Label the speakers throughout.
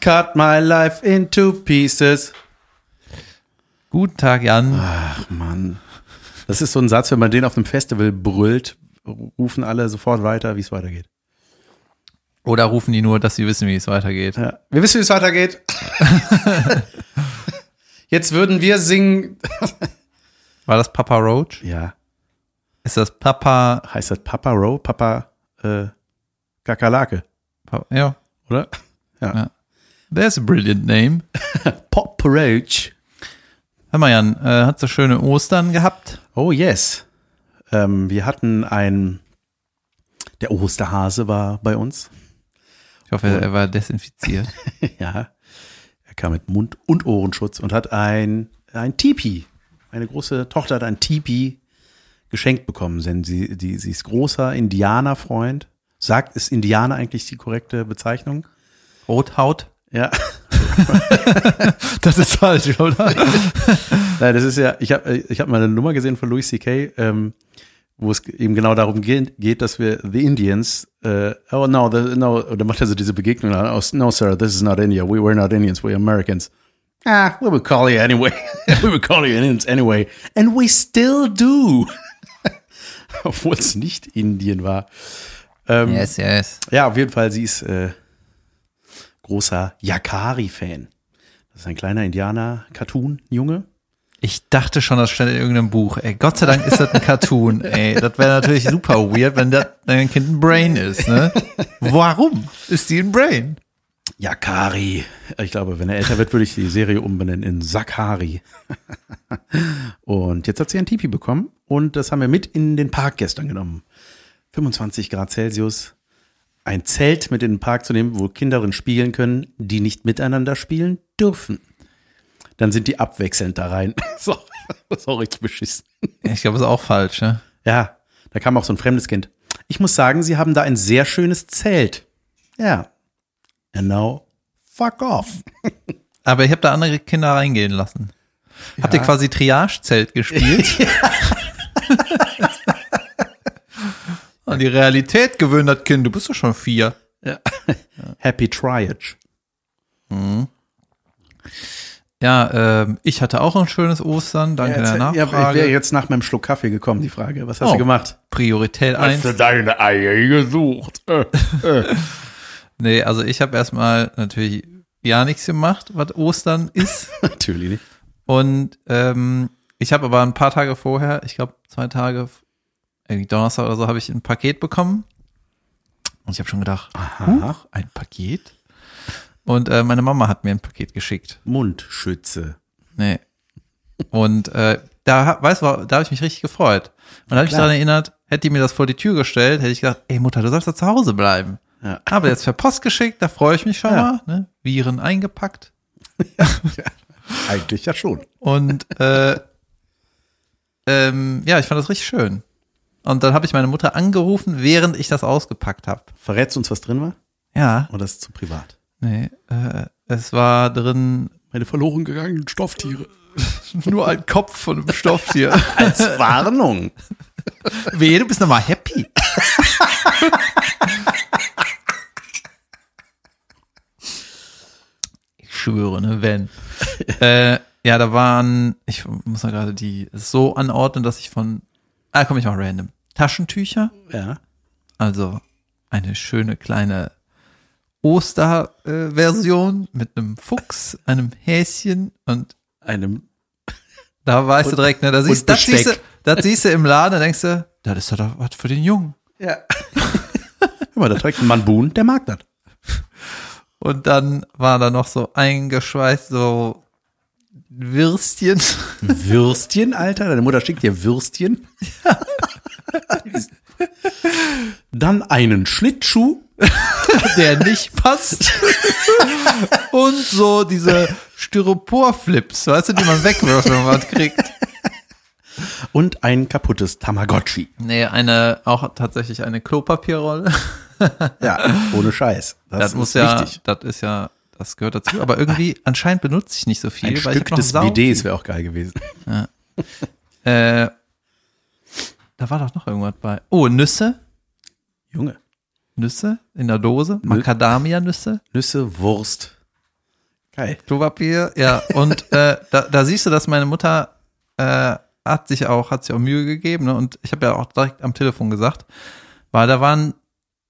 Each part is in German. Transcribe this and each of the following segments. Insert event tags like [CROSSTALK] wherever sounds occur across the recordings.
Speaker 1: cut my life into pieces.
Speaker 2: Guten Tag, Jan.
Speaker 1: Ach Mann. Das ist so ein Satz, wenn man den auf einem Festival brüllt, rufen alle sofort weiter, wie es weitergeht.
Speaker 2: Oder rufen die nur, dass sie wissen, wie es weitergeht?
Speaker 1: Ja. Wir wissen, wie es [LAUGHS] weitergeht. Jetzt würden wir singen.
Speaker 2: War das Papa Roach?
Speaker 1: Ja,
Speaker 2: Ist das Papa?
Speaker 1: heißt das Papa Row? Papa äh, Kakerlake,
Speaker 2: Pa- ja,
Speaker 1: oder?
Speaker 2: there's a brilliant name.
Speaker 1: Pop Roach.
Speaker 2: Hör mal, Jan, äh, hat so schöne Ostern gehabt?
Speaker 1: Oh yes. Ähm, wir hatten ein. Der Osterhase war bei uns.
Speaker 2: Ich hoffe, er war desinfiziert.
Speaker 1: ja. Er kam mit Mund- und Ohrenschutz und hat ein, ein Tipi. Meine große Tochter hat ein Tipi geschenkt bekommen, denn sie, die, sie ist großer Indianerfreund. Sagt, ist Indianer eigentlich die korrekte Bezeichnung?
Speaker 2: Rothaut?
Speaker 1: Ja.
Speaker 2: Das ist falsch, oder? [LAUGHS]
Speaker 1: Nein, das ist ja, ich habe ich hab mal eine Nummer gesehen von Louis C.K., ähm, wo es eben genau darum geht, geht dass wir The Indians, äh, oh no, the, no, und dann macht er so diese Begegnung an, oh, no, sir, this is not India, we were not Indians, we're Americans. Ah, we would call you anyway, [LAUGHS] we would call you Indians anyway, and we still do. [LAUGHS] Obwohl es nicht Indien war. Ähm,
Speaker 2: Yes, yes.
Speaker 1: ja, auf jeden Fall, sie ist äh, großer Yakari-Fan. Das ist ein kleiner Indianer-Cartoon-Junge.
Speaker 2: Ich dachte schon, das stand in irgendeinem Buch. Ey, Gott sei Dank ist das ein Cartoon. Ey, das wäre natürlich super weird, wenn das dein Kind ein Brain ist, [LAUGHS] ne? Warum ist die ein Brain?
Speaker 1: Yakari. Ich glaube, wenn er älter wird, würde ich die Serie umbenennen in Sakari. [LAUGHS] und jetzt hat sie ein Tipi bekommen und das haben wir mit in den Park gestern genommen. 25 Grad Celsius. Ein Zelt mit in den Park zu nehmen, wo Kinder drin spielen können, die nicht miteinander spielen dürfen. Dann sind die abwechselnd da rein. [LAUGHS] so, das ist auch richtig beschissen.
Speaker 2: Ich glaube, das ist auch falsch, ne?
Speaker 1: Ja, da kam auch so ein fremdes Kind. Ich muss sagen, sie haben da ein sehr schönes Zelt. Ja. And now, fuck off.
Speaker 2: Aber ich habe da andere Kinder reingehen lassen. Habt ihr quasi
Speaker 1: [LAUGHS]
Speaker 2: Triage-Zelt gespielt? [LAUGHS] An die Realität gewöhnt das Kind. Du bist doch schon vier.
Speaker 1: Happy Triage.
Speaker 2: Ja, ähm, ich hatte auch ein schönes Ostern. Danke der
Speaker 1: ja, ich
Speaker 2: Nachfrage.
Speaker 1: wäre jetzt nach meinem Schluck Kaffee gekommen, die Frage. Was hast
Speaker 2: Oh.
Speaker 1: du gemacht?
Speaker 2: Priorität eins.
Speaker 1: deine Eier gesucht? Äh,
Speaker 2: Nee, also ich habe erstmal natürlich ja nichts gemacht, was
Speaker 1: [LAUGHS]
Speaker 2: Ostern ist.
Speaker 1: [LAUGHS] Natürlich nicht.
Speaker 2: Und ähm, ich habe aber ein paar Tage vorher, ich glaube zwei Tage, irgendwie Donnerstag oder so, habe ich ein Paket bekommen. Und ich habe schon gedacht,
Speaker 1: Aha.
Speaker 2: huch, ein Paket? Und äh, meine Mama hat mir ein Paket geschickt.
Speaker 1: Mundschütze.
Speaker 2: Nee. Und äh, da, hab- weißt du, da habe ich mich richtig gefreut. Und da habe ich mich
Speaker 1: Klar.
Speaker 2: daran erinnert, hätte die mir das vor die Tür gestellt, hätte ich gedacht, ey Mutter, du sollst da zu Hause bleiben.
Speaker 1: Ja.
Speaker 2: Aber jetzt per Post geschickt, da freue ich mich schon
Speaker 1: Ja.
Speaker 2: mal. Ne? Viren eingepackt.
Speaker 1: Eigentlich ja schon. [LAUGHS]
Speaker 2: Und äh, ähm, ja, ich fand das richtig schön. Und dann habe ich meine Mutter angerufen, während ich das ausgepackt habe.
Speaker 1: Verrätst du uns, was drin war?
Speaker 2: Ja,
Speaker 1: Oder ist es zu privat?
Speaker 2: nee, äh, es war
Speaker 1: [LAUGHS]
Speaker 2: drin
Speaker 1: Meine verloren gegangenen Stofftiere.
Speaker 2: nur ein Kopf von einem Stofftier.
Speaker 1: Als [LAUGHS] Warnung.
Speaker 2: Wehe, du bist nochmal happy. ich schwöre, ne, wenn. äh, ja, da waren, ich muss mal gerade die so anordnen, dass ich von, ah, komm, ich mach random. Taschentücher,
Speaker 1: Ja.
Speaker 2: also eine schöne kleine Osterversion äh, Version mit einem Fuchs, einem Häschen und
Speaker 1: Einem.
Speaker 2: da weißt du direkt, ne, da siehst, das
Speaker 1: Besteck.
Speaker 2: siehst, du, das siehst du im Laden, da denkst du, das ist doch was für den Jungen.
Speaker 1: Ja. Hör mal, da trägt ein Mann Buhn, der mag das.
Speaker 2: Und dann war da noch so eingeschweißt, so Würstchen. [LAUGHS]
Speaker 1: Würstchen, Alter? Deine Mutter schickt dir Würstchen? [LAUGHS] Dann einen Schlittschuh.
Speaker 2: der nicht passt. [LAUGHS] Und so diese Styroporflips, weißt du, die man wegwirft, wenn man was kriegt.
Speaker 1: Und ein kaputtes Tamagotchi.
Speaker 2: Nee, eine, auch tatsächlich eine Klopapierrolle.
Speaker 1: Ja, ohne Scheiß. Das,
Speaker 2: Das, muss
Speaker 1: ist
Speaker 2: ja,
Speaker 1: wichtig.
Speaker 2: das ist ja, das gehört dazu. Aber irgendwie, anscheinend benutze ich nicht so viel,
Speaker 1: Ein
Speaker 2: weil
Speaker 1: Stück
Speaker 2: ich hab noch
Speaker 1: des
Speaker 2: Sau-
Speaker 1: Bidets wäre auch geil gewesen.
Speaker 2: Äh, da war doch noch irgendwas bei. Oh, Nüsse.
Speaker 1: Junge.
Speaker 2: Nüsse in der Dose. Macadamia-Nüsse.
Speaker 1: Nüsse, Wurst, Geil.
Speaker 2: Klopapier, ja. Und äh, da, da siehst du, dass meine Mutter äh, hat sich auch, hat sich auch Mühe gegeben. Ne? Und ich habe ja auch direkt am Telefon gesagt, weil da waren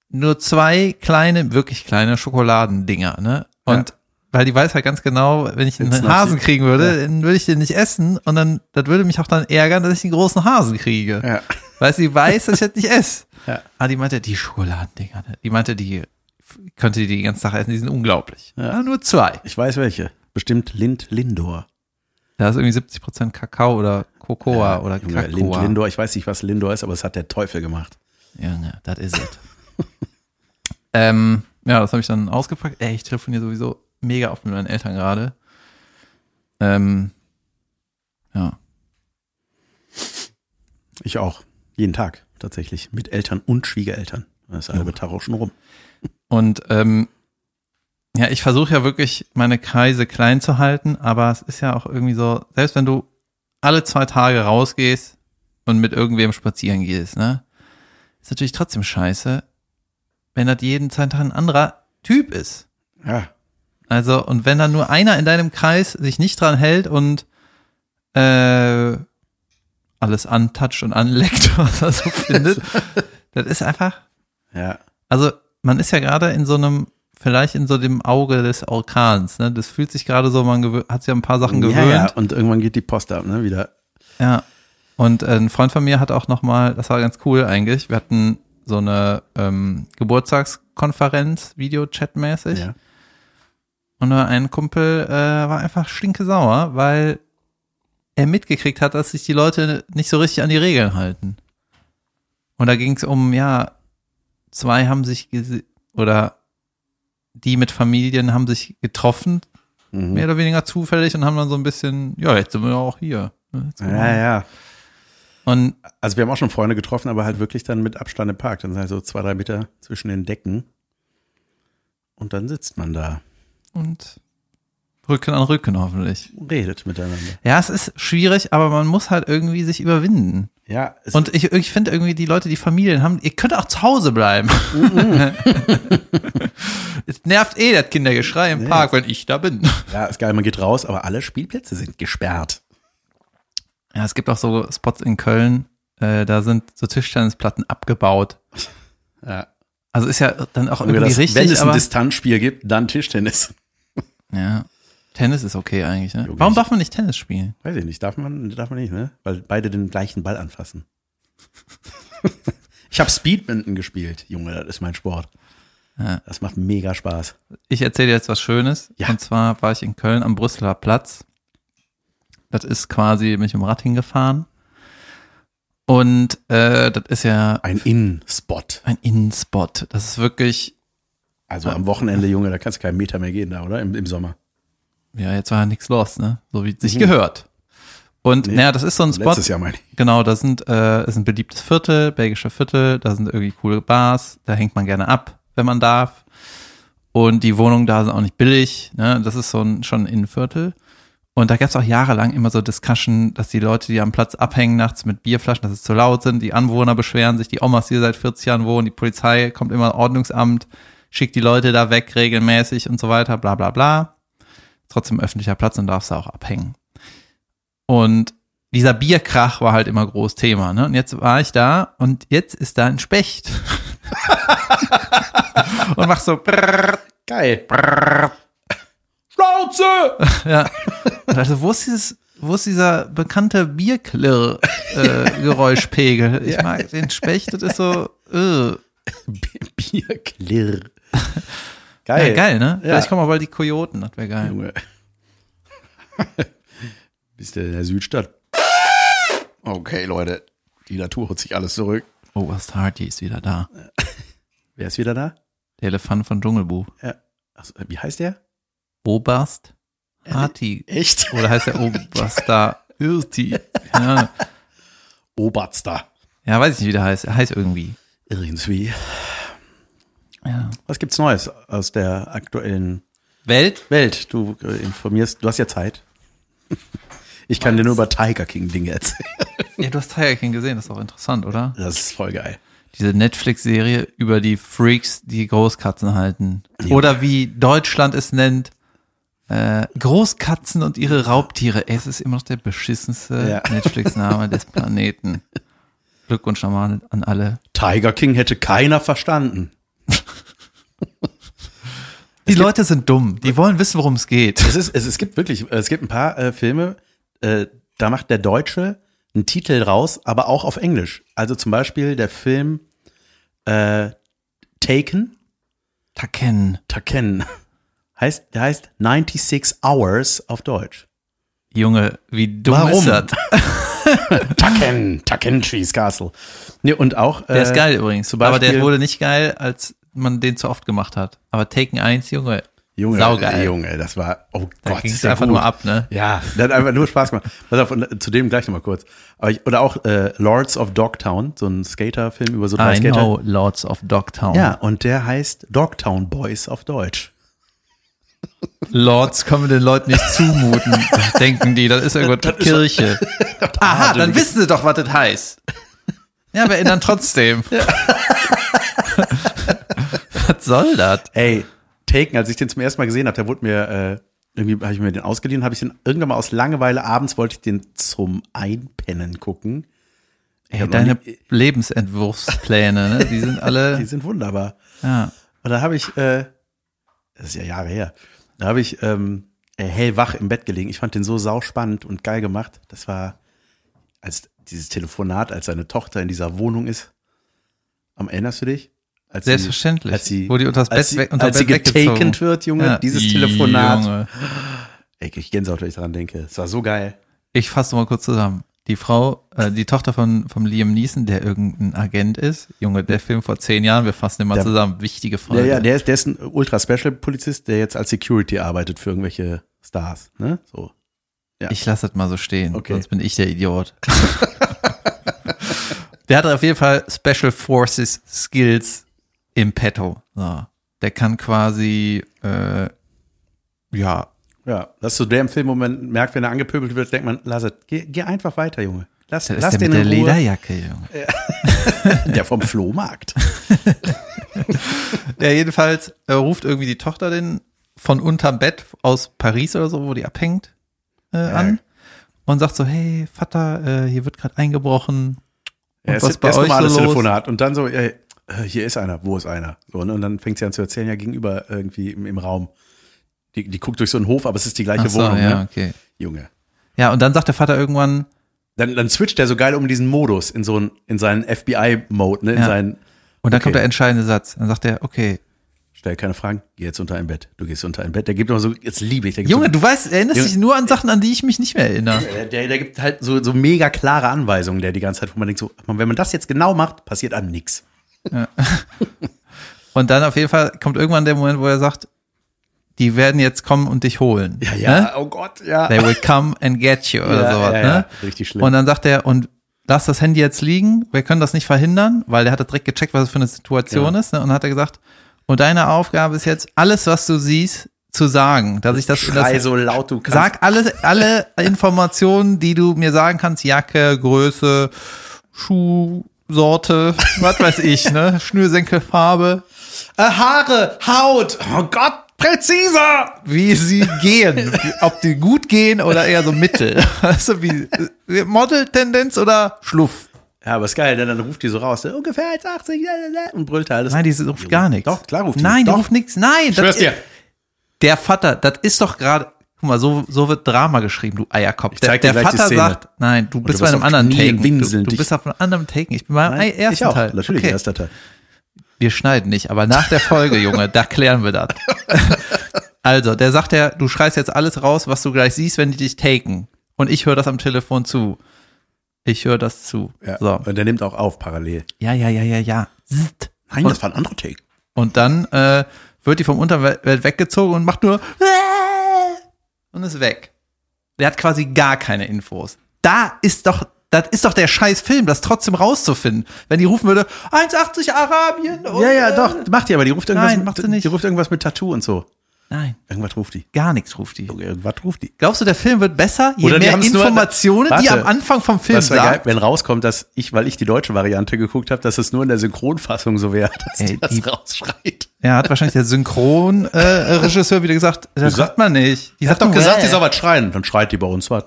Speaker 2: nur zwei kleine, wirklich kleine Schokoladendinger, ne? Und weil die weiß halt ganz genau, wenn ich einen
Speaker 1: Jetzt noch
Speaker 2: Hasen
Speaker 1: sie-
Speaker 2: kriegen würde, dann würde ich den nicht essen und dann, das würde mich auch dann ärgern, dass ich einen großen Hasen kriege.
Speaker 1: Ja.
Speaker 2: Weil sie weiß, dass ich das nicht esse.
Speaker 1: Ja.
Speaker 2: Ah, die meinte, die Schokoladendinger, ne? die meinte, die f- könnte die den ganzen Tag essen, die sind unglaublich. Ja. nur zwei.
Speaker 1: Ich weiß welche. Bestimmt Lind Lindor.
Speaker 2: Da ist irgendwie 70 Prozent Kakao oder Cocoa oder
Speaker 1: Junge,
Speaker 2: Kakao.
Speaker 1: Lind Lindor. Ich weiß nicht, was Lindor ist, aber es hat der Teufel gemacht.
Speaker 2: Junge, das is it. [LAUGHS] ähm, ja, das habe ich dann ausgepackt. Ey, ich telefoniere sowieso mega oft mit meinen Eltern gerade. Ähm, ja.
Speaker 1: Ich auch. Jeden Tag tatsächlich. Mit Eltern und Schwiegereltern. Das ist halbe Tag auch schon rum.
Speaker 2: Und ähm, ja, ich versuche ja wirklich, meine Kreise klein zu halten, aber es ist ja auch irgendwie so, selbst wenn du alle zwei Tage rausgehst und mit irgendwem spazieren gehst, ne? Ist natürlich trotzdem scheiße, wenn das jeden zweiten Tag ein anderer Typ ist.
Speaker 1: Ja.
Speaker 2: Also, und wenn dann nur einer in deinem Kreis sich nicht dran hält und äh, alles antatscht und anleckt, [LAUGHS] was er so
Speaker 1: [LAUGHS]
Speaker 2: findet, das ist einfach,
Speaker 1: Ja.
Speaker 2: also man ist ja gerade in so einem, vielleicht in so dem Auge des Orkans, ne? Das fühlt sich gerade so, man gewö- hat sich an ein paar Sachen gewöhnt.
Speaker 1: Ja, ja. Und irgendwann geht die Post ab, ne? Wieder.
Speaker 2: Ja. Und äh, ein Freund von mir hat auch nochmal, das war ganz cool eigentlich, wir hatten so eine ähm, Geburtstagskonferenz, Video-Chat-mäßig.
Speaker 1: Ja.
Speaker 2: Und nur ein Kumpel äh, war einfach stinke sauer, weil er mitgekriegt hat, dass sich die Leute nicht so richtig an die Regeln halten. Und da ging es um, ja, zwei haben sich gese- oder die mit Familien haben sich getroffen, mehr
Speaker 1: Mhm.
Speaker 2: oder weniger zufällig und haben dann so ein bisschen, ja, jetzt sind wir auch hier. ne, jetzt sind wir
Speaker 1: Ja, ja.
Speaker 2: und
Speaker 1: Also wir haben auch schon Freunde getroffen, aber halt wirklich dann mit Abstand im Park. Dann sind halt so zwei, drei Meter zwischen den Decken. Und dann sitzt man da
Speaker 2: und Rücken an Rücken hoffentlich.
Speaker 1: und redet miteinander.
Speaker 2: Ja, es ist schwierig, aber man muss halt irgendwie sich überwinden.
Speaker 1: Ja, es
Speaker 2: Und ich, ich finde irgendwie die Leute, die Familien haben, ihr könnt auch zu Hause bleiben. Mhm. [LAUGHS] es nervt eh das Kindergeschrei im
Speaker 1: Ja.
Speaker 2: Park, wenn ich da bin.
Speaker 1: ja, ist geil, man geht raus, aber alle Spielplätze sind gesperrt.
Speaker 2: Ja, es gibt auch so Spots in Köln, äh, da sind so Tischtennisplatten abgebaut.
Speaker 1: Ja.
Speaker 2: Also ist ja dann auch
Speaker 1: Irgendwie
Speaker 2: irgendwie
Speaker 1: das,
Speaker 2: richtig,
Speaker 1: wenn es ein
Speaker 2: aber
Speaker 1: Distanzspiel gibt, dann Tischtennis.
Speaker 2: ja. Tennis ist okay eigentlich. Ne?
Speaker 1: Logisch.
Speaker 2: Warum darf man nicht Tennis spielen?
Speaker 1: Weiß ich nicht, darf man, darf man nicht, ne? Weil beide den gleichen Ball anfassen. ich habe Speedminton gespielt, Junge, das ist mein Sport.
Speaker 2: Ja.
Speaker 1: Das macht mega Spaß.
Speaker 2: Ich erzähle dir jetzt was Schönes.
Speaker 1: Ja.
Speaker 2: Und zwar war ich in Köln am Brüsseler Platz. Das ist quasi, bin ich im Rad hingefahren. Und äh, das ist ja
Speaker 1: Ein In-Spot.
Speaker 2: ein Innenspot. Das ist wirklich,
Speaker 1: Also am Wochenende, Junge, da kannst du keinen Meter mehr gehen da, oder? Im, im Sommer.
Speaker 2: ja, jetzt war ja nichts los, ne? So wie es sich gehört. Und
Speaker 1: Mhm. Nee.
Speaker 2: naja, das ist so ein Spot.
Speaker 1: Letztes Jahr meine ich.
Speaker 2: Genau, da sind, äh, ist ein beliebtes Viertel, belgische Viertel, da sind irgendwie coole Bars, da hängt man gerne ab, wenn man darf. Und die Wohnungen da sind auch nicht billig, ne? Das ist so ein, schon ein Innenviertel. Und da gab es auch jahrelang immer so Discussion, dass die Leute, die am Platz abhängen nachts mit Bierflaschen, dass es zu laut sind, die Anwohner beschweren sich, die Omas, die seit 40 Jahren wohnen, die Polizei kommt immer Ordnungsamt, schickt die Leute da weg regelmäßig und so weiter, bla bla bla. Trotzdem öffentlicher Platz und darfst da auch abhängen. Und dieser Bierkrach war halt immer groß Thema. Ne? Und jetzt war ich da und jetzt ist da ein
Speaker 1: [LAUGHS]
Speaker 2: Specht. und macht so brrr,
Speaker 1: Geil. [LAUGHS]
Speaker 2: ja. Und also, wo ist dieses, wo ist dieser bekannte Bierklirr äh, Geräuschpegel?
Speaker 1: [LAUGHS]
Speaker 2: Ich mag den Specht, das ist so äh.
Speaker 1: Bierklirr.
Speaker 2: ja,
Speaker 1: Geil.
Speaker 2: geil, ne?
Speaker 1: Ja.
Speaker 2: Vielleicht kommen auch bald die Kojoten, das wäre geil.
Speaker 1: Junge. [LAUGHS] Bist du in der Südstadt? Okay, Leute. Die Natur holt sich alles zurück.
Speaker 2: Oh, was Hardy ist wieder da.
Speaker 1: Wer ist wieder da?
Speaker 2: Der Elefant von Dschungelbuch.
Speaker 1: Achso, wie heißt der?
Speaker 2: Oberst Hardy.
Speaker 1: Echt?
Speaker 2: Oder heißt er Oberster
Speaker 1: [LAUGHS]
Speaker 2: Irti? Ja.
Speaker 1: Oberster.
Speaker 2: ja, weiß ich nicht, wie der heißt. Er heißt irgendwie.
Speaker 1: Irgendwie.
Speaker 2: Ja.
Speaker 1: Was gibt's Neues aus der aktuellen
Speaker 2: Welt?
Speaker 1: Welt? Du äh, informierst, du hast ja Zeit. [LAUGHS] Ich kann dir nur über Tiger King Dinge erzählen.
Speaker 2: Ja, du hast Tiger King gesehen, das ist auch interessant, oder?
Speaker 1: Das ist voll geil.
Speaker 2: Diese Netflix-Serie über die Freaks, die Großkatzen halten. Oder wie Deutschland es nennt, Äh, Großkatzen und ihre Raubtiere. Es ist immer noch der beschissenste
Speaker 1: Ja. [LAUGHS]
Speaker 2: Netflix-Name des Planeten. Glückwunsch nochmal an alle.
Speaker 1: Tiger King hätte keiner verstanden.
Speaker 2: Die Leute sind dumm. Die wollen wissen, worum es geht.
Speaker 1: Es, ist, es, es gibt wirklich, es gibt ein paar äh, Filme, äh, da macht der Deutsche einen Titel raus, aber auch auf Englisch. Also zum Beispiel der Film äh, Taken,
Speaker 2: Taken,
Speaker 1: Taken, heißt, der heißt 96 Hours auf Deutsch.
Speaker 2: Junge, wie dumm
Speaker 1: Warum?
Speaker 2: ist das?
Speaker 1: Taken, Taken Trees Castle. Nee, und auch.
Speaker 2: Der ist
Speaker 1: äh,
Speaker 2: geil übrigens.
Speaker 1: zum
Speaker 2: aber der
Speaker 1: Beispiel-
Speaker 2: wurde nicht geil, als man den zu oft gemacht hat. Aber Taken 1, Junge,
Speaker 1: Junge,
Speaker 2: saugeil.
Speaker 1: Junge, das war, oh
Speaker 2: da
Speaker 1: Gott,
Speaker 2: ging
Speaker 1: ist
Speaker 2: es
Speaker 1: der
Speaker 2: einfach
Speaker 1: gut.
Speaker 2: nur ab, ne?
Speaker 1: Ja, der hat einfach nur Spaß gemacht. Pass auf, und äh, zu dem gleich nochmal kurz. Aber ich, oder auch äh, Lords of Dogtown, so ein Skater-Film über so drei
Speaker 2: Ah, I
Speaker 1: Skater.
Speaker 2: know Lords of Dogtown.
Speaker 1: Ja, und der heißt Dogtown Boys auf Deutsch.
Speaker 2: Lords können wir den Leuten nicht zumuten, [LAUGHS] denken die. Das ist irgendwas mit [LAUGHS] Kirche. Aha, dann wissen sie doch, was das heißt. Ja, aber ändern [LAUGHS] trotzdem. was soll das?
Speaker 1: Ey, Taken, als ich den zum ersten Mal gesehen habe, der wurde mir, äh, irgendwie habe ich mir den ausgeliehen, habe ich den irgendwann mal aus Langeweile abends wollte ich den zum Einpennen gucken.
Speaker 2: Ey,
Speaker 1: hab
Speaker 2: deine
Speaker 1: noch nie-
Speaker 2: Lebensentwurfspläne, ne? [LAUGHS] die sind
Speaker 1: Die
Speaker 2: alle.
Speaker 1: sind wunderbar.
Speaker 2: Ja.
Speaker 1: Und da habe ich, äh, das ist ja Jahre her, da habe ich ähm, äh, hellwach im Bett gelegen. Ich fand den so sauspannend und geil gemacht. Das war, als dieses Telefonat, als seine Tochter in dieser Wohnung ist. Am erinnerst du dich? Als sie-
Speaker 2: Selbstverständlich.
Speaker 1: als sie,
Speaker 2: Wurde die unters Bett
Speaker 1: als sie,
Speaker 2: weg- unter
Speaker 1: als sie
Speaker 2: Bett weggezogen.
Speaker 1: getakent wird, Junge,
Speaker 2: Ja.
Speaker 1: dieses Telefonat.
Speaker 2: Junge.
Speaker 1: Ey, ich Gänsehaut, wenn ich daran denke. Es war so geil.
Speaker 2: Ich fasse mal kurz zusammen. Die Frau, äh, die Tochter von vom Liam Neeson, der irgendein Agent ist. Junge, der Film vor zehn Jahren, wir fassen den mal
Speaker 1: Der-
Speaker 2: zusammen. Wichtige Folge.
Speaker 1: Ja, ja, der ist, der ist ein Ultra-Special-Polizist, der jetzt als Security arbeitet für irgendwelche Stars. Ne? So. ja.
Speaker 2: Ich lasse das mal so stehen,
Speaker 1: Okay.
Speaker 2: sonst bin ich der Idiot. [LAUGHS] der hat auf jeden Fall Special Forces Skills im Petto. So. Der kann quasi, äh, ja,
Speaker 1: Ja, das ist so der im Film, wo man merkt, wenn er angepöbelt wird, denkt man, lass es, geh, geh einfach weiter, Junge. Lass,
Speaker 2: der
Speaker 1: lass
Speaker 2: ist der
Speaker 1: den
Speaker 2: mit der
Speaker 1: in Ruhe.
Speaker 2: Lederjacke, Junge.
Speaker 1: [LAUGHS] Der vom Flohmarkt.
Speaker 2: Ja, jedenfalls äh, ruft irgendwie die Tochter den von unterm Bett aus Paris oder so, wo die abhängt, äh, an und sagt so, hey, Vater, äh, hier wird gerade eingebrochen. Und
Speaker 1: Ja, es
Speaker 2: was
Speaker 1: ist
Speaker 2: bei
Speaker 1: erst
Speaker 2: euch
Speaker 1: normales
Speaker 2: so los?
Speaker 1: Telefonat und dann so, ey, äh, hier ist einer, wo ist einer? So, ne? Und dann fängt sie an zu erzählen, ja, gegenüber irgendwie im, im Raum. Die, die guckt durch so einen Hof, aber es ist die gleiche
Speaker 2: Ach so,
Speaker 1: Wohnung,
Speaker 2: ja,
Speaker 1: ne?
Speaker 2: okay.
Speaker 1: Junge.
Speaker 2: Ja, und dann sagt der Vater irgendwann,
Speaker 1: Dann, dann switcht er so geil um diesen Modus in so einen, in seinen FBI-Mode, ne? In
Speaker 2: Ja.
Speaker 1: seinen,
Speaker 2: und dann
Speaker 1: Okay.
Speaker 2: kommt der entscheidende Satz. Dann sagt er, okay,
Speaker 1: stell keine Fragen, geh jetzt unter ein Bett. Du gehst unter ein Bett. Der gibt immer so, jetzt liebe ich. Der gibt
Speaker 2: Junge,
Speaker 1: so,
Speaker 2: du weißt, erinnerst
Speaker 1: Junge,
Speaker 2: dich nur an Sachen, an die ich mich nicht mehr erinnere.
Speaker 1: Der, der, der gibt halt so, so mega klare Anweisungen, der die ganze Zeit, wo man denkt, so, wenn man das jetzt genau macht, passiert einem nichts.
Speaker 2: Und dann auf jeden Fall kommt irgendwann der Moment, wo er sagt, die werden jetzt kommen und dich holen. Ne?
Speaker 1: oh Gott, ja.
Speaker 2: They will come and get you oder
Speaker 1: Ja,
Speaker 2: sowas,
Speaker 1: ja,
Speaker 2: ne?
Speaker 1: ja. Richtig schlimm.
Speaker 2: Und dann sagt er, und lass das Handy jetzt liegen, wir können das nicht verhindern, weil der hat das direkt gecheckt, was es für eine Situation ist. Ne? Und dann hat er gesagt, und deine Aufgabe ist jetzt, alles, was du siehst, zu sagen, dass ich das,
Speaker 1: Schrei
Speaker 2: das
Speaker 1: so laut du kannst.
Speaker 2: sag alle, alle Informationen, die du mir sagen kannst, Jacke, Größe, Schuhsorte, was weiß ich, ne, Schnürsenkelfarbe,
Speaker 1: Äh, Haare, Haut, oh Gott, präziser.
Speaker 2: wie sie gehen, ob die gut gehen oder eher so mittel, [LAUGHS] also wie äh, Model-Tendenz oder Schluff.
Speaker 1: Ja, aber ist geil, denn dann ruft die so raus, ne? ungefähr 1,80 äh, äh, und brüllt alles.
Speaker 2: Nein, die ruft gar nichts.
Speaker 1: Doch, klar ruft die.
Speaker 2: Nein, die
Speaker 1: Doch.
Speaker 2: ruft nichts. Nein,
Speaker 1: ich schwör's
Speaker 2: das,
Speaker 1: dir.
Speaker 2: der Vater, das ist doch gerade. Guck mal, so, so wird Drama geschrieben, du Eierkopf.
Speaker 1: Ich zeig
Speaker 2: der
Speaker 1: dir
Speaker 2: der
Speaker 1: gleich die
Speaker 2: Vater
Speaker 1: Szene.
Speaker 2: sagt, nein, du bist
Speaker 1: du
Speaker 2: bei
Speaker 1: bist
Speaker 2: einem
Speaker 1: auf
Speaker 2: anderen Taken.
Speaker 1: Knien,
Speaker 2: Du,
Speaker 1: winseln
Speaker 2: du
Speaker 1: dich.
Speaker 2: bist auf einem anderen Taken. Ich bin beim
Speaker 1: Nein,
Speaker 2: ersten
Speaker 1: ich auch.
Speaker 2: Teil.
Speaker 1: Natürlich,
Speaker 2: okay.
Speaker 1: erster Teil.
Speaker 2: Wir schneiden nicht, aber nach der Folge, Junge, da klären wir
Speaker 1: [LAUGHS]
Speaker 2: das. also, der sagt ja, du schreist jetzt alles raus, was du gleich siehst, wenn die dich taken. Und ich höre das am Telefon zu. Ich höre das zu.
Speaker 1: Ja.
Speaker 2: So.
Speaker 1: Und der nimmt auch auf parallel.
Speaker 2: Ja, ja, ja, ja, ja. Zzt.
Speaker 1: Nein,
Speaker 2: Und-
Speaker 1: das war ein anderer Take.
Speaker 2: Und dann äh, wird die vom Unterwelt weggezogen und macht nur äh, und ist weg. Der hat quasi gar keine Infos. Da ist doch, das ist doch der scheiß Film, das trotzdem rauszufinden. Wenn die rufen würde, 1,80 Arabien. und,
Speaker 1: Ja, ja,
Speaker 2: äh,
Speaker 1: doch, macht die aber, die ruft irgendwas,
Speaker 2: Nein,
Speaker 1: mit-
Speaker 2: macht sie nicht.
Speaker 1: die ruft irgendwas mit Tattoo und so.
Speaker 2: Nein,
Speaker 1: Irgendwas ruft die.
Speaker 2: gar nichts ruft die.
Speaker 1: Junge, Irgendwas ruft die.
Speaker 2: Glaubst du, der Film wird besser, je
Speaker 1: Oder die
Speaker 2: mehr
Speaker 1: haben's nur-
Speaker 2: Informationen, die
Speaker 1: Warte.
Speaker 2: am Anfang vom Film
Speaker 1: Das wäre geil,
Speaker 2: sagt?
Speaker 1: wenn rauskommt, dass ich, weil ich die deutsche Variante geguckt habe, dass es nur in der Synchronfassung so wäre, [LAUGHS] dass
Speaker 2: Ey,
Speaker 1: die das
Speaker 2: die-
Speaker 1: rausschreit.
Speaker 2: Ja, hat wahrscheinlich der Synchronregisseur äh, Regisseur wieder gesagt, das
Speaker 1: sa-
Speaker 2: sagt man nicht. Die
Speaker 1: Hat doch
Speaker 2: nur,
Speaker 1: gesagt,
Speaker 2: äh.
Speaker 1: die soll was schreien. Dann schreit die bei uns was.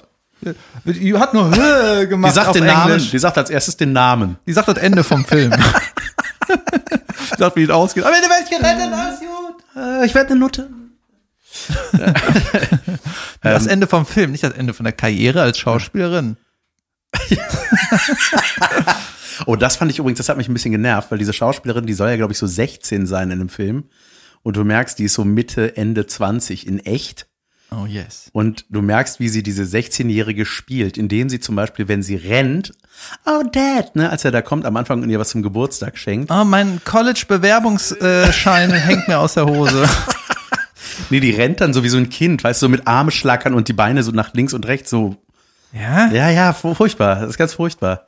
Speaker 2: Die hat nur Höhe
Speaker 1: Die
Speaker 2: gemacht.
Speaker 1: sagt
Speaker 2: auf
Speaker 1: den Namen.
Speaker 2: Englisch.
Speaker 1: Die sagt als erstes
Speaker 2: [LAUGHS]
Speaker 1: den Namen.
Speaker 2: Die sagt das Ende vom
Speaker 1: [LAUGHS]
Speaker 2: Film.
Speaker 1: Die sagt, wie es ausgeht.
Speaker 2: Am Ende werde ich gerettet, alles gut.
Speaker 1: Äh, ich werde eine Nutte.
Speaker 2: Das
Speaker 1: Ähm,
Speaker 2: Ende vom Film, nicht das Ende von der Karriere als Schauspielerin.
Speaker 1: Oh, das fand ich übrigens, das hat mich ein bisschen genervt, weil diese Schauspielerin, die soll ja, glaube ich, so 16 sein in dem Film. Und du merkst, die ist so Mitte, Ende 20 in echt.
Speaker 2: Oh yes.
Speaker 1: Und du merkst, wie sie diese 16-Jährige spielt, indem sie zum Beispiel, wenn sie rennt, oh Dad, ne, als er da kommt, am Anfang und ihr was zum Geburtstag schenkt.
Speaker 2: Oh, mein College-Bewerbungsschein [LAUGHS] hängt mir aus der Hose.
Speaker 1: Nee, die rennt dann so wie so ein Kind, weißt du, so mit Arme schlackern und die Beine so nach links und rechts so.
Speaker 2: Ja?
Speaker 1: Ja, ja, fu- furchtbar. Das ist ganz furchtbar.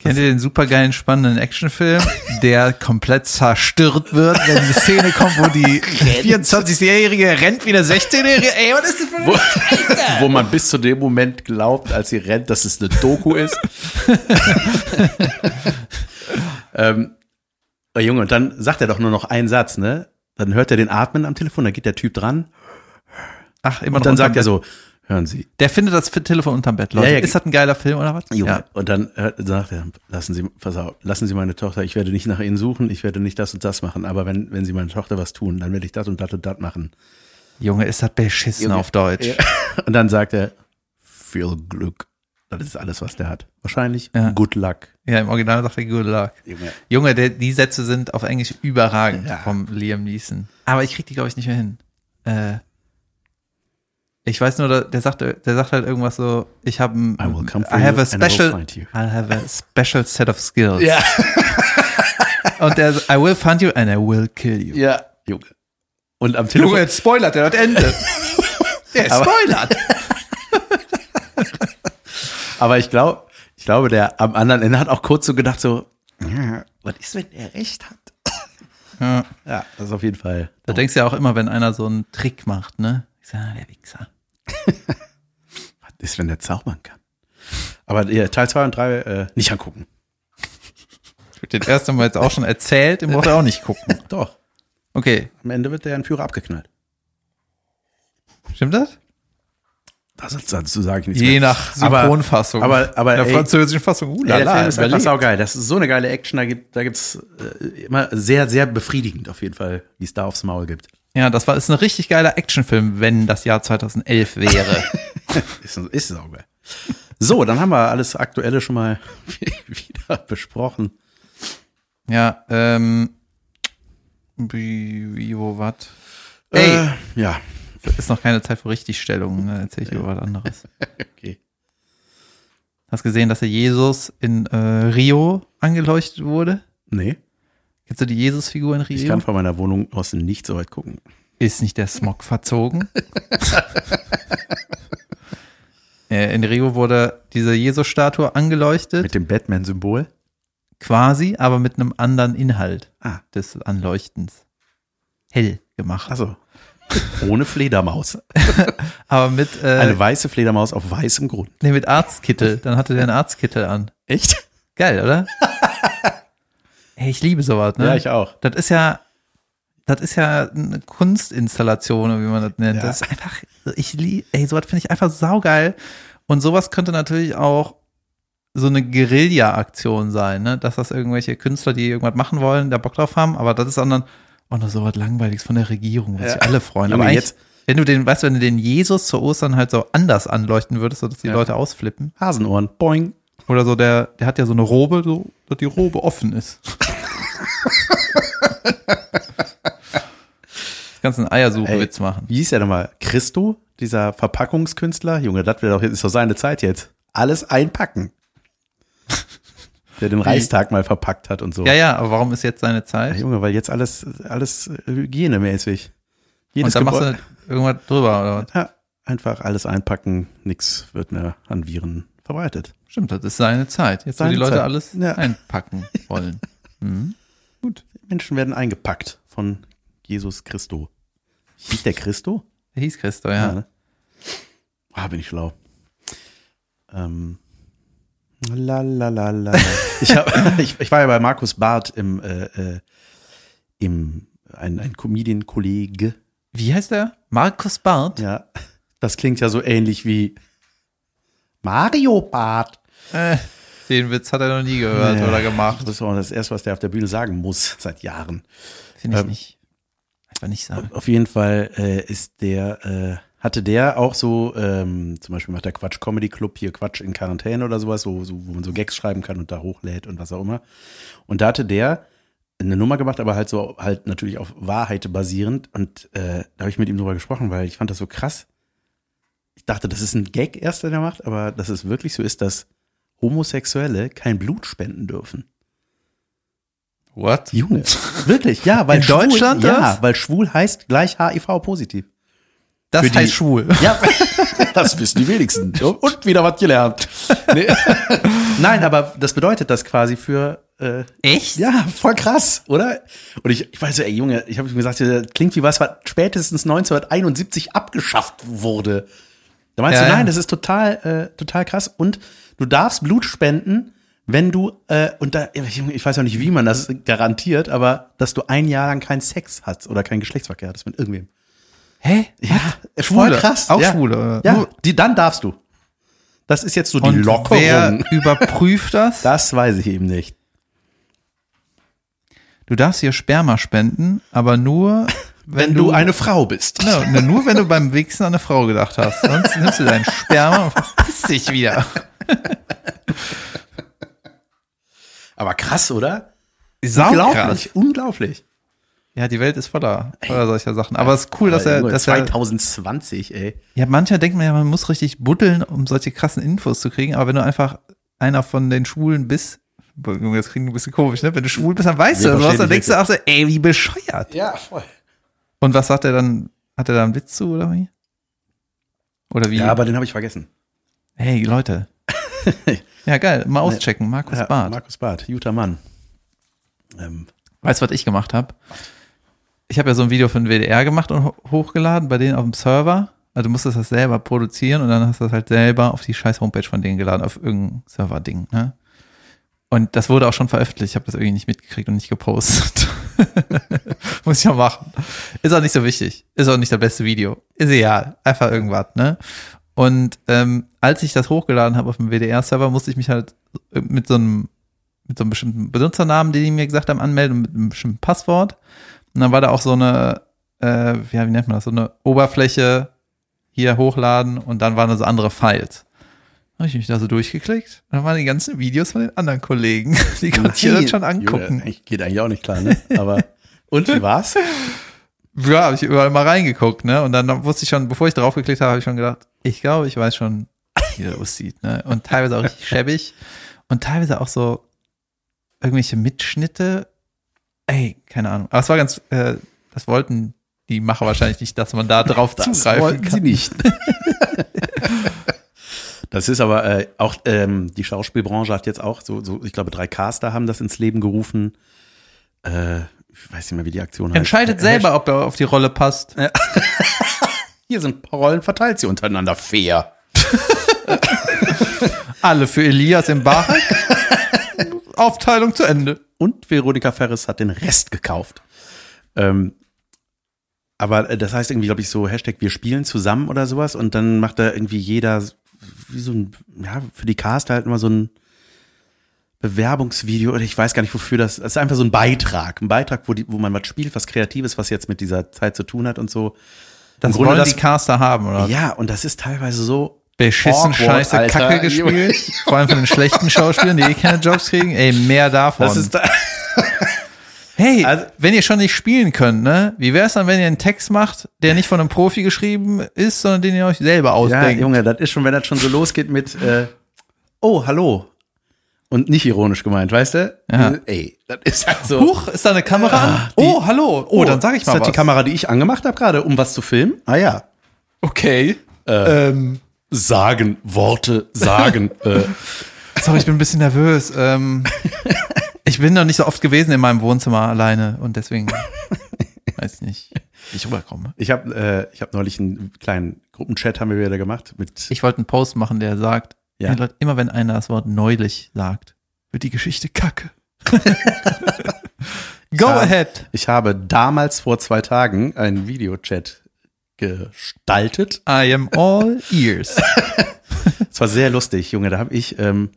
Speaker 2: Kennt ihr den supergeilen, spannenden Actionfilm, der komplett zerstört wird, wenn eine Szene kommt, wo die 24-Jährige rennt wie der 16-Jährige? Ey, was ist das für ein
Speaker 1: Wo, [LAUGHS] wo man bis zu dem Moment glaubt, als sie rennt, dass es eine Doku ist. [LAUGHS] ähm, oh Junge, und dann sagt er doch nur noch einen Satz, ne? Dann hört er den Atmen am Telefon, dann geht der Typ dran
Speaker 2: Ach, immer
Speaker 1: und dann
Speaker 2: unterm
Speaker 1: sagt er
Speaker 2: Bett.
Speaker 1: so, hören Sie,
Speaker 2: Der findet das Telefon unterm Bett, Leute.
Speaker 1: Ja, ja.
Speaker 2: Ist das ein geiler Film oder was?
Speaker 1: Junge.
Speaker 2: Ja.
Speaker 1: Und dann hört, sagt er, lassen Sie, pass auf, lassen Sie meine Tochter, ich werde nicht nach Ihnen suchen, ich werde nicht das und das machen, aber wenn, wenn Sie meine Tochter was tun, dann werde ich das und das und das machen.
Speaker 2: Junge, ist das beschissen
Speaker 1: Junge.
Speaker 2: auf Deutsch.
Speaker 1: Ja. Und dann sagt er, viel Glück. Das ist alles, was der hat. Wahrscheinlich
Speaker 2: Ja.
Speaker 1: good luck.
Speaker 2: Ja, im Original sagt er Good Luck.
Speaker 1: Junge.
Speaker 2: Junge, der, die Sätze sind auf Englisch überragend
Speaker 1: Ja.
Speaker 2: vom Liam Neeson. Aber ich krieg die, glaube ich, nicht mehr hin. Äh, ich weiß nur, der, der, sagt, der sagt halt irgendwas so, ich habe ein,
Speaker 1: I will come for
Speaker 2: I have
Speaker 1: you
Speaker 2: a
Speaker 1: and I will
Speaker 2: special,
Speaker 1: find you.
Speaker 2: I'll have a special set of skills.
Speaker 1: Ja,
Speaker 2: [LAUGHS] Und der, I will find you and I will kill you.
Speaker 1: ja, Junge. Und am Telefon.
Speaker 2: jetzt spoilert er das [LAUGHS] Ende. der
Speaker 1: Aber-
Speaker 2: spoilert.
Speaker 1: [LAUGHS] Aber ich glaube, ich glaube, der am anderen Ende hat auch kurz so gedacht, so, ja, was ist, wenn er recht hat?
Speaker 2: Ja.
Speaker 1: Ja, das ist auf jeden Fall.
Speaker 2: Da denkst du ja auch immer, wenn einer so einen Trick macht, ne? Ich sag, ah, der Wichser.
Speaker 1: Was ist, wenn der zaubern kann? Aber ja, Teil 2 und 3 äh, nicht angucken.
Speaker 2: Ich hab den ersten Mal jetzt auch schon erzählt, den braucht er auch nicht gucken.
Speaker 1: Doch.
Speaker 2: Okay,
Speaker 1: Am Ende wird der Entführer abgeknallt.
Speaker 2: stimmt das?
Speaker 1: Das ist, dazu sage ich nichts
Speaker 2: Je
Speaker 1: mehr.
Speaker 2: nach
Speaker 1: Aber-
Speaker 2: Synchronfassung.
Speaker 1: aber- aber,
Speaker 2: In der
Speaker 1: ey,
Speaker 2: französischen Fassung. Uh, la,
Speaker 1: Ja, der
Speaker 2: la,
Speaker 1: Film ist wirklich
Speaker 2: überlebt.
Speaker 1: saugeil. Das ist so eine geile Action. Da gibt es da gibt's, äh, immer sehr, sehr befriedigend auf jeden Fall, wie es da aufs Maul gibt.
Speaker 2: ja, das war, ist ein richtig geiler Actionfilm, wenn das Jahr 2011 wäre.
Speaker 1: [LAUGHS] Ist, ist saugeil. So, dann haben wir alles Aktuelle schon mal [LAUGHS] wieder besprochen.
Speaker 2: ja, ähm, wie, wie, wo, wat?
Speaker 1: Ey.
Speaker 2: Ey.
Speaker 1: Äh, ja,
Speaker 2: Ist noch keine Zeit für Richtigstellungen, ne? erzähl ich dir über was anderes.
Speaker 1: okay.
Speaker 2: Hast gesehen, dass der Jesus in äh, Rio angeleuchtet wurde?
Speaker 1: Nee,
Speaker 2: Kennst du die Jesus-Figur in
Speaker 1: ich
Speaker 2: Rio?
Speaker 1: kann von meiner Wohnung aus nicht so weit gucken.
Speaker 2: Ist nicht der Smog
Speaker 1: [LAUGHS]
Speaker 2: verzogen? Äh, in Rio wurde diese Jesus-Statue angeleuchtet.
Speaker 1: Mit dem Batman-Symbol.
Speaker 2: Quasi, aber mit einem anderen Inhalt
Speaker 1: Ah.
Speaker 2: des Anleuchtens. Hell gemacht.
Speaker 1: Achso. [LAUGHS] Ohne Fledermaus.
Speaker 2: Äh. aber mit, äh,
Speaker 1: Eine weiße Fledermaus auf weißem Grund.
Speaker 2: nee, mit Arztkittel. Dann hatte der einen Arztkittel an.
Speaker 1: Echt?
Speaker 2: Geil,
Speaker 1: [LAUGHS]
Speaker 2: oder? Ey, ich liebe sowas, ne?
Speaker 1: Ja, ich auch.
Speaker 2: das ist ja, das ist ja eine Kunstinstallation, oder wie man das nennt.
Speaker 1: Ja.
Speaker 2: Das ist einfach, ich liebe, ey, sowas finde ich einfach saugeil. Und sowas könnte natürlich auch so eine Guerilla-Aktion sein, ne? Dass das irgendwelche Künstler, die irgendwas machen wollen, da Bock drauf haben, aber das ist anderen, oh, noch sowas Langweiliges von der Regierung, was
Speaker 1: Ja.
Speaker 2: sich alle freuen.
Speaker 1: Junge,
Speaker 2: Aber jetzt,
Speaker 1: jetzt-
Speaker 2: wenn du den, weißt du, wenn du den Jesus zu Ostern halt so anders anleuchten würdest, sodass die
Speaker 1: Ja.
Speaker 2: Leute ausflippen.
Speaker 1: Hasenohren. Boing.
Speaker 2: Oder so, der, der hat ja so eine Robe, so, dass die Robe offen
Speaker 1: [LAUGHS]
Speaker 2: ist. das kannst du einen Eiersuche-Witz machen.
Speaker 1: Wie hieß der nochmal? Christo, dieser Verpackungskünstler? Junge, das wäre doch, jetzt- ist doch seine Zeit jetzt. Alles
Speaker 2: [LAUGHS]
Speaker 1: einpacken. Der den Reichstag mal verpackt hat und so.
Speaker 2: Ja, ja, aber warum ist jetzt seine Zeit?
Speaker 1: Junge, weil jetzt alles, alles hygienemäßig.
Speaker 2: Und
Speaker 1: Jedes
Speaker 2: dann machst
Speaker 1: Gebäude-
Speaker 2: du halt irgendwas drüber oder was?
Speaker 1: Ja, einfach alles einpacken, nix wird mehr an Viren verbreitet.
Speaker 2: Stimmt, das ist seine Zeit. Jetzt, wo
Speaker 1: Seine
Speaker 2: die Leute
Speaker 1: Zeit.
Speaker 2: alles
Speaker 1: Ja.
Speaker 2: einpacken
Speaker 1: [LAUGHS]
Speaker 2: wollen. Mhm. Gut.
Speaker 1: Menschen werden eingepackt von Jesus Christo. Hieß der Christo?
Speaker 2: Der hieß Christo, ja.
Speaker 1: ne? Ah, bin ich schlau. Ähm. La, la, la, la. ich, hab, ich, ich war ja bei Markus Barth im, äh, äh, im ein, ein Comedian-Kollege.
Speaker 2: Wie heißt der? Markus Barth?
Speaker 1: Ja, das klingt ja so ähnlich wie Mario Barth.
Speaker 2: Äh, den Witz hat er noch nie gehört
Speaker 1: Ja.
Speaker 2: oder gemacht.
Speaker 1: Das ist auch das Erste, was der auf der Bühne sagen muss seit Jahren.
Speaker 2: Finde ich
Speaker 1: Ähm.
Speaker 2: nicht. Einfach nicht sagen.
Speaker 1: Auf jeden Fall äh, ist der, äh, hatte der auch so, ähm, zum Beispiel macht der Quatsch Comedy Club hier Quatsch in Quarantäne oder sowas, so, so, wo man so Gags schreiben kann und da hochlädt und was auch immer. Und da hatte der eine Nummer gemacht, aber halt so, halt natürlich auf Wahrheit basierend. Und äh, da habe ich mit ihm drüber gesprochen, weil ich fand das so krass. Ich dachte, das ist ein Gag erst, den er macht, aber dass es wirklich so ist, dass Homosexuelle kein Blut spenden dürfen.
Speaker 2: What?
Speaker 1: Junge. Wirklich, ja, weil
Speaker 2: In
Speaker 1: schwul,
Speaker 2: Deutschland
Speaker 1: ja,
Speaker 2: das?
Speaker 1: weil schwul heißt gleich HIV-positiv.
Speaker 2: Das
Speaker 1: Für die-
Speaker 2: heißt schwul.
Speaker 1: [LAUGHS] Ja, das wissen die wenigsten. Und wieder was gelernt. Nee. [LAUGHS] Nein, aber das bedeutet das quasi für. Äh,
Speaker 2: Echt?
Speaker 1: ja, voll krass, oder? Und ich, ich weiß so, ey Junge, ich habe ihm gesagt, das klingt wie was, was spätestens 1971 abgeschafft wurde. Da meinst
Speaker 2: Ja,
Speaker 1: du,
Speaker 2: ja.
Speaker 1: nein, das ist total, äh, total krass. Und du darfst Blut spenden, wenn du, äh, und da, ich, ich weiß auch nicht, wie man das garantiert, aber dass du ein Jahr lang keinen Sex hast oder keinen Geschlechtsverkehr hattest mit irgendwem.
Speaker 2: Hä?
Speaker 1: Ja,
Speaker 2: Schwule.
Speaker 1: voll krass.
Speaker 2: Auch
Speaker 1: ja.
Speaker 2: Schwule, oder?
Speaker 1: Ja,
Speaker 2: Nur-
Speaker 1: die, dann darfst du. Das ist jetzt so die
Speaker 2: Und
Speaker 1: Lockerung.
Speaker 2: wer überprüft das?
Speaker 1: Das weiß ich eben nicht.
Speaker 2: Du darfst hier Sperma spenden, aber [LAUGHS] nur, wenn,
Speaker 1: Wenn du eine Frau bist.
Speaker 2: Genau, ne, nur wenn du beim Wichsen an eine Frau gedacht hast. Sonst nimmst du deinen Sperma und [LAUGHS] verpiss dich wieder.
Speaker 1: Aber krass, oder?
Speaker 2: Sau krass.
Speaker 1: unglaublich.
Speaker 2: Ja, die Welt ist voller, voller solcher Sachen. Aber es ist cool, dass er,
Speaker 1: Junge,
Speaker 2: dass er
Speaker 1: 2020, ey.
Speaker 2: Ja, manchmal denkt man ja, man muss richtig buddeln, um solche krassen Infos zu kriegen, aber wenn du einfach einer von den Schwulen bist, Boah, Junge, das klingt ein bisschen komisch, ne? Wenn du schwul bist, dann weißt
Speaker 1: Wir
Speaker 2: du das was,
Speaker 1: verstehen
Speaker 2: dann
Speaker 1: dich
Speaker 2: denkst du auch so, ey, wie bescheuert.
Speaker 1: Ja, voll.
Speaker 2: Und was sagt er dann? Hat er da einen Witz zu oder wie? Oder wie?
Speaker 1: Ja, aber den habe ich vergessen.
Speaker 2: hey,
Speaker 1: [LAUGHS]
Speaker 2: Leute. ja, geil, mal auschecken, Markus
Speaker 1: Ja,
Speaker 2: Barth.
Speaker 1: Markus Barth, guter Mann. Ähm,
Speaker 2: Weißt du, was ich gemacht habe? Ich habe ja so ein Video von WDR gemacht und ho- hochgeladen bei denen auf dem Server. Also du musstest das selber produzieren und dann hast du das halt selber auf die scheiß Homepage von denen geladen, auf irgendein Server-Ding. Ne? Und das wurde auch schon veröffentlicht. Ich habe das irgendwie nicht mitgekriegt und nicht gepostet. [LAUGHS] Muss ich ja machen. Ist auch nicht so wichtig. Ist auch nicht das beste Video. Ist egal. Einfach irgendwas, ne? Und ähm, als ich das hochgeladen habe auf dem WDR-Server, musste ich mich halt mit so einem mit so einem bestimmten Benutzernamen, den die mir gesagt haben, anmelden, mit einem bestimmten Passwort. Und dann war da auch so eine, äh, ja, wie nennt man das, so eine Oberfläche hier hochladen und dann waren da so andere Files. Dann habe ich mich da so durchgeklickt und dann waren die ganzen Videos von den anderen Kollegen. [LAUGHS] Die konnte ich mir dann schon angucken.
Speaker 1: Junge, geht eigentlich auch nicht klar, ne? Aber, [LAUGHS] und wie war's?
Speaker 2: ja, habe ich überall mal reingeguckt, ne? Und dann wusste ich schon, bevor ich draufgeklickt habe, habe ich schon gedacht, ich glaube, ich weiß schon, wie der aussieht, ne? Und teilweise auch richtig schäbig und teilweise auch so irgendwelche Mitschnitte. Ey, keine Ahnung. Aber es war ganz, äh, das wollten die Macher wahrscheinlich nicht, dass
Speaker 1: [LAUGHS]
Speaker 2: man da drauf zugreifen
Speaker 1: wollten
Speaker 2: kann. [LAUGHS]
Speaker 1: nicht. Das ist aber äh, auch, ähm, die Schauspielbranche hat jetzt auch so, so ich glaube, drei Caster haben das ins Leben gerufen. Äh, ich weiß nicht mehr, wie die Aktion heißt. Äh,
Speaker 2: Entscheidet selber, ob er auf die Rolle passt.
Speaker 1: Hier sind Rollen, verteilt sie untereinander fair.
Speaker 2: Alle für Elias im Bach.
Speaker 1: [LAUGHS]
Speaker 2: Aufteilung zu Ende.
Speaker 1: Und Veronika Ferris hat den Rest gekauft. Ähm, aber äh, das heißt irgendwie, glaube ich, so Hashtag wir spielen zusammen oder sowas und dann macht da irgendwie jeder s- wie so ein, ja, für die Cast halt immer so ein Bewerbungsvideo oder ich weiß gar nicht, wofür das, das ist einfach so ein Beitrag, ein Beitrag, wo, die, wo man was spielt, was Kreatives, was jetzt mit dieser Zeit zu tun hat und so.
Speaker 2: Das
Speaker 1: Grunde
Speaker 2: wollen
Speaker 1: das-
Speaker 2: die Caster haben, oder?
Speaker 1: Ja, und das ist teilweise so,
Speaker 2: beschissen
Speaker 1: Awkward,
Speaker 2: scheiße
Speaker 1: Alter. [LAUGHS]
Speaker 2: Kacke gespielt. Vor allem von den schlechten Schauspielern, die eh keine Jobs kriegen. Ey, mehr davon.
Speaker 1: das ist,
Speaker 2: hey,
Speaker 1: also-
Speaker 2: wenn ihr schon nicht spielen könnt, ne? Wie wär's dann, wenn ihr einen Text macht, der nicht von einem Profi geschrieben ist, sondern den ihr euch selber
Speaker 1: Ja,
Speaker 2: ausdenkt?
Speaker 1: Junge, das ist schon, wenn das schon so losgeht mit äh, Oh, hallo. Und nicht ironisch gemeint, weißt du?
Speaker 2: Ja.
Speaker 1: Äh, Ey, das ist halt so.
Speaker 2: Huch, ist da eine Kamera an? Oh, hallo. Oh, dann sag ich
Speaker 1: Ah, ist
Speaker 2: mal
Speaker 1: das
Speaker 2: was.
Speaker 1: die Kamera, die ich angemacht habe gerade, um was zu filmen? Ah ja.
Speaker 2: Okay. Ähm,
Speaker 1: Sagen, Worte,
Speaker 2: [LAUGHS]
Speaker 1: sagen. äh.
Speaker 2: sorry, ich bin ein bisschen nervös.
Speaker 1: [LAUGHS]
Speaker 2: Ähm, ich bin noch nicht so oft gewesen in meinem Wohnzimmer alleine und deswegen weiß nicht. nicht rüberkomme.
Speaker 1: Ich habe äh, ich hab neulich einen kleinen Gruppenchat haben wir wieder gemacht mit
Speaker 2: Ich wollte einen Post machen, der sagt,
Speaker 1: Ja.
Speaker 2: hey Leute, immer wenn einer das Wort neulich sagt, wird die Geschichte
Speaker 1: [LAUGHS]
Speaker 2: kacke. Go
Speaker 1: Ja.
Speaker 2: ahead.
Speaker 1: Ich habe damals vor zwei Tagen einen Videochat gestaltet.
Speaker 2: I am all ears.
Speaker 1: Es war sehr lustig, Junge. Da habe ich, ähm,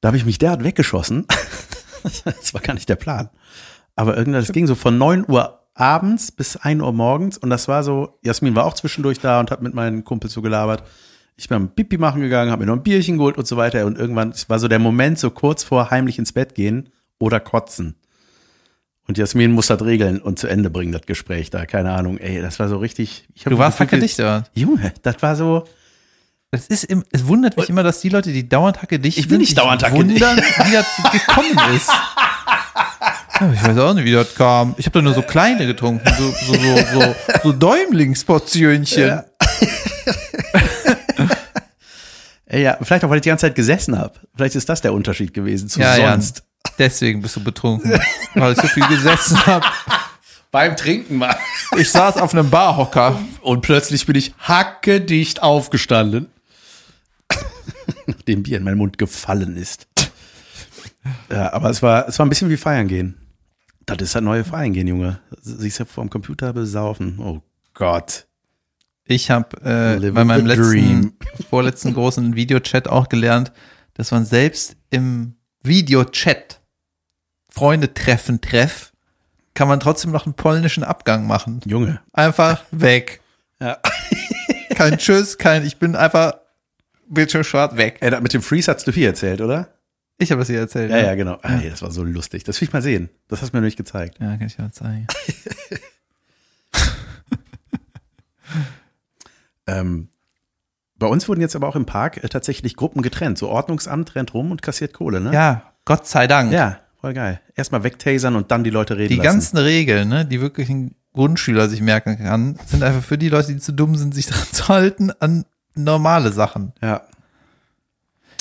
Speaker 1: da habe ich mich derart weggeschossen. [LAUGHS] das war gar nicht der Plan. Aber irgendwas, das ging so von 9 Uhr abends bis 1 Uhr morgens. Und das war so, Jasmin war auch zwischendurch da und hat mit meinen Kumpels so gelabert. Ich bin am Pipi machen gegangen, habe mir noch ein Bierchen geholt und so weiter. Und irgendwann es war so der Moment, so kurz vor heimlich ins Bett gehen oder kotzen. Und Jasmin muss das regeln und zu Ende bringen, das Gespräch da. Keine Ahnung, ey, das war so richtig. Ich hab
Speaker 2: Du warst
Speaker 1: gefühlt-
Speaker 2: hacke dicht, oder?
Speaker 1: Junge, das war so.
Speaker 2: Das ist im, es wundert mich immer, dass die Leute, die dauernd hacke dicht
Speaker 1: Ich bin nicht
Speaker 2: sich
Speaker 1: dauernd hacke
Speaker 2: wundern, wie das gekommen
Speaker 1: [LAUGHS]
Speaker 2: ist. Ja, Ich weiß auch nicht, wie das kam. Ich habe da nur so kleine getrunken, so, so, so, so, so Däumlingsportionchen.
Speaker 1: Ja. Ey, Äh, ja, vielleicht auch, weil ich die ganze Zeit gesessen habe. Vielleicht ist das der Unterschied gewesen zu sonst.
Speaker 2: Deswegen bist du betrunken, weil ich so viel gesessen habe.
Speaker 1: Beim Trinken mal.
Speaker 2: Ich saß auf einem Barhocker.
Speaker 1: [LAUGHS] Und plötzlich bin ich hackedicht aufgestanden. [LAUGHS] Nachdem Bier in meinen Mund gefallen ist. Ja, aber es war, es war ein bisschen wie feiern gehen. Das ist das neue Feiern gehen, Junge. Siehst du, vorm Computer besaufen. Oh Gott.
Speaker 2: Ich habe äh,
Speaker 1: Living
Speaker 2: bei meinem
Speaker 1: the
Speaker 2: letzten,
Speaker 1: dream.
Speaker 2: [LAUGHS] vorletzten großen Videochat auch gelernt, dass man selbst im Videochat Freunde treffen treff, kann man trotzdem noch einen polnischen Abgang machen.
Speaker 1: Junge.
Speaker 2: Einfach weg.
Speaker 1: Ja.
Speaker 2: [LAUGHS] Kein Tschüss, kein, ich bin einfach Bildschirm schwarz weg.
Speaker 1: Ey, das mit dem Freeze hast du viel erzählt, oder?
Speaker 2: Ich habe das hier erzählt.
Speaker 1: Ja,
Speaker 2: ne?
Speaker 1: ja, genau. Ey, das war so lustig. Das will ich mal sehen. Das hast du mir nämlich gezeigt.
Speaker 2: Ja, kann ich mal zeigen.
Speaker 1: Ähm, bei uns wurden jetzt aber auch im Park äh, tatsächlich Gruppen getrennt. So Ordnungsamt rennt rum und kassiert Kohle, ne?
Speaker 2: Ja, Gott sei Dank.
Speaker 1: Ja, voll geil. Erstmal wegtasern und dann die Leute reden
Speaker 2: Die
Speaker 1: lassen.
Speaker 2: ganzen Regeln, ne, die wirklich ein Grundschüler sich merken kann, sind einfach für die Leute, die zu dumm sind, sich [LAUGHS] daran zu halten, an normale Sachen.
Speaker 1: ja.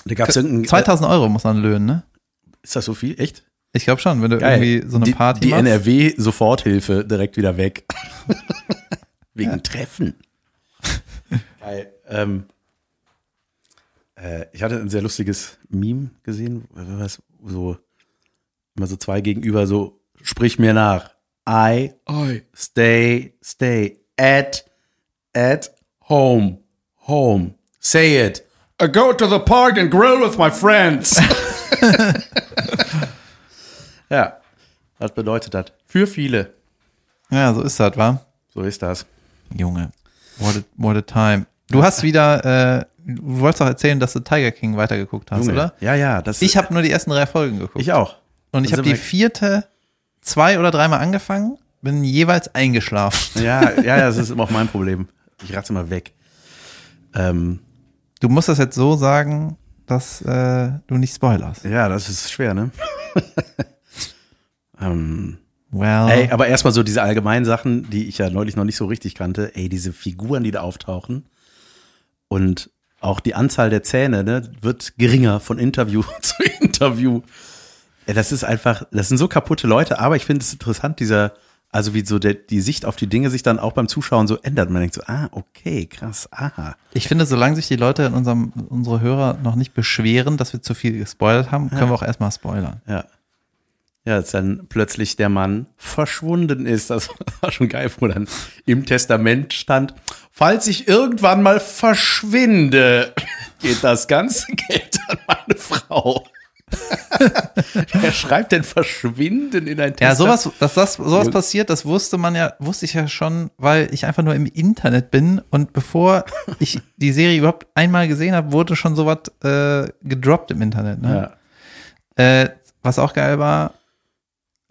Speaker 1: Da gab's irgendeinen.
Speaker 2: 2000 Euro muss man löhnen, ne?
Speaker 1: ist das so viel? Echt?
Speaker 2: Ich glaube schon, wenn du irgendwie so eine
Speaker 1: die,
Speaker 2: Party
Speaker 1: Die
Speaker 2: machst.
Speaker 1: NRW-Soforthilfe direkt wieder weg. [LAUGHS] Wegen
Speaker 2: [LAUGHS]
Speaker 1: Treffen. geil. Ähm, äh, ich hatte ein sehr lustiges Meme gesehen, was so immer so zwei gegenüber so sprich mir nach. I stay, stay at, at home, home. Say it. I go to the park and grill with
Speaker 2: [LAUGHS]
Speaker 1: my friends. ja, was bedeutet das? Für viele.
Speaker 2: Ja, so ist das, wa?
Speaker 1: So ist das.
Speaker 2: Junge. What a, what a time. Du hast wieder, äh, du wolltest doch erzählen, dass du Tiger King weitergeguckt hast,
Speaker 1: Junge.
Speaker 2: oder?
Speaker 1: Ja, ja. Das
Speaker 2: Ich habe nur die ersten drei Folgen geguckt.
Speaker 1: ich auch.
Speaker 2: und ich
Speaker 1: Also
Speaker 2: habe die
Speaker 1: immer-
Speaker 2: vierte zwei oder dreimal angefangen, bin jeweils eingeschlafen.
Speaker 1: Ja, ja, ja, das ist immer auch mein Problem. Ich ratze mal weg. Ähm,
Speaker 2: Du musst das jetzt so sagen, dass äh, du nicht spoilerst.
Speaker 1: ja, das ist schwer, ne? ähm,
Speaker 2: Well,
Speaker 1: Ey, aber erstmal so diese allgemeinen Sachen, die ich ja neulich noch nicht so richtig kannte. Ey, diese Figuren, die da auftauchen. Und auch die Anzahl der Zähne ne, wird geringer von Interview [LAUGHS] zu Interview. Ey, das ist einfach, das sind so kaputte Leute, aber ich finde es interessant, dieser, also wie so der, die Sicht auf die Dinge sich dann auch beim Zuschauen so ändert. Man denkt so, ah, okay, krass, aha.
Speaker 2: ich finde, solange sich die Leute in unserem, unsere Hörer noch nicht beschweren, dass wir zu viel gespoilert haben, können wir auch erstmal spoilern.
Speaker 1: Ja. Ja, als dann plötzlich der Mann verschwunden ist. Das [LAUGHS] war schon geil, wo dann im Testament stand, falls ich irgendwann mal verschwinde, [LAUGHS] geht das ganze [LAUGHS] Geld an meine Frau. [LAUGHS] Wer schreibt denn verschwinden in ein
Speaker 2: Ja,
Speaker 1: Testament?
Speaker 2: sowas, dass das sowas
Speaker 1: Ja.
Speaker 2: passiert, das wusste man ja, wusste ich ja schon, weil ich einfach nur im Internet bin und
Speaker 1: [LAUGHS]
Speaker 2: bevor ich die Serie überhaupt einmal gesehen habe, wurde schon sowas äh, gedroppt im Internet. Ne?
Speaker 1: Ja.
Speaker 2: Äh, was auch geil war,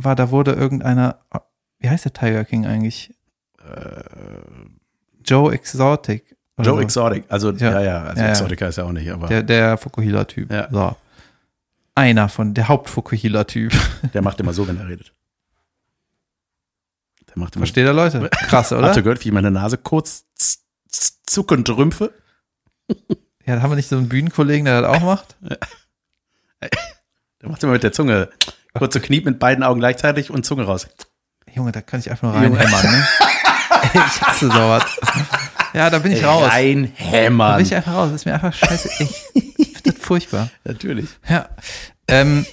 Speaker 2: war, da wurde irgendeiner, wie heißt der Tiger King eigentlich? Joe Exotic. oder
Speaker 1: äh, Joe
Speaker 2: so.
Speaker 1: Exotic. Also, ja,
Speaker 2: Ja.
Speaker 1: ja, also
Speaker 2: Ja, ja.
Speaker 1: Exotica ist ja auch nicht, aber der,
Speaker 2: Der, der Fukuhila-Typ.
Speaker 1: Ja.
Speaker 2: So. Einer von, der Haupt-Fukuhila-Typ.
Speaker 1: macht immer so, wenn er redet. Der macht immer
Speaker 2: Versteht ihr, Leute? Krass, oder?
Speaker 1: Habt ihr gehört, wie ich meine Nase kurz z- z- zuckend rümpfe?
Speaker 2: Ja, haben wir nicht so einen Bühnenkollegen, der das auch macht?
Speaker 1: Der macht immer mit der Zunge. Kurze Knie mit beiden Augen gleichzeitig und Zunge raus.
Speaker 2: Junge, da kann ich einfach nur reinhämmern, ne? ich hasse sowas. Ja, da bin ich raus. Da bin
Speaker 1: Reinhämmern.
Speaker 2: ich einfach raus. Ist mir einfach scheiße. Ich finde das furchtbar.
Speaker 1: Natürlich.
Speaker 2: Ja. Ähm,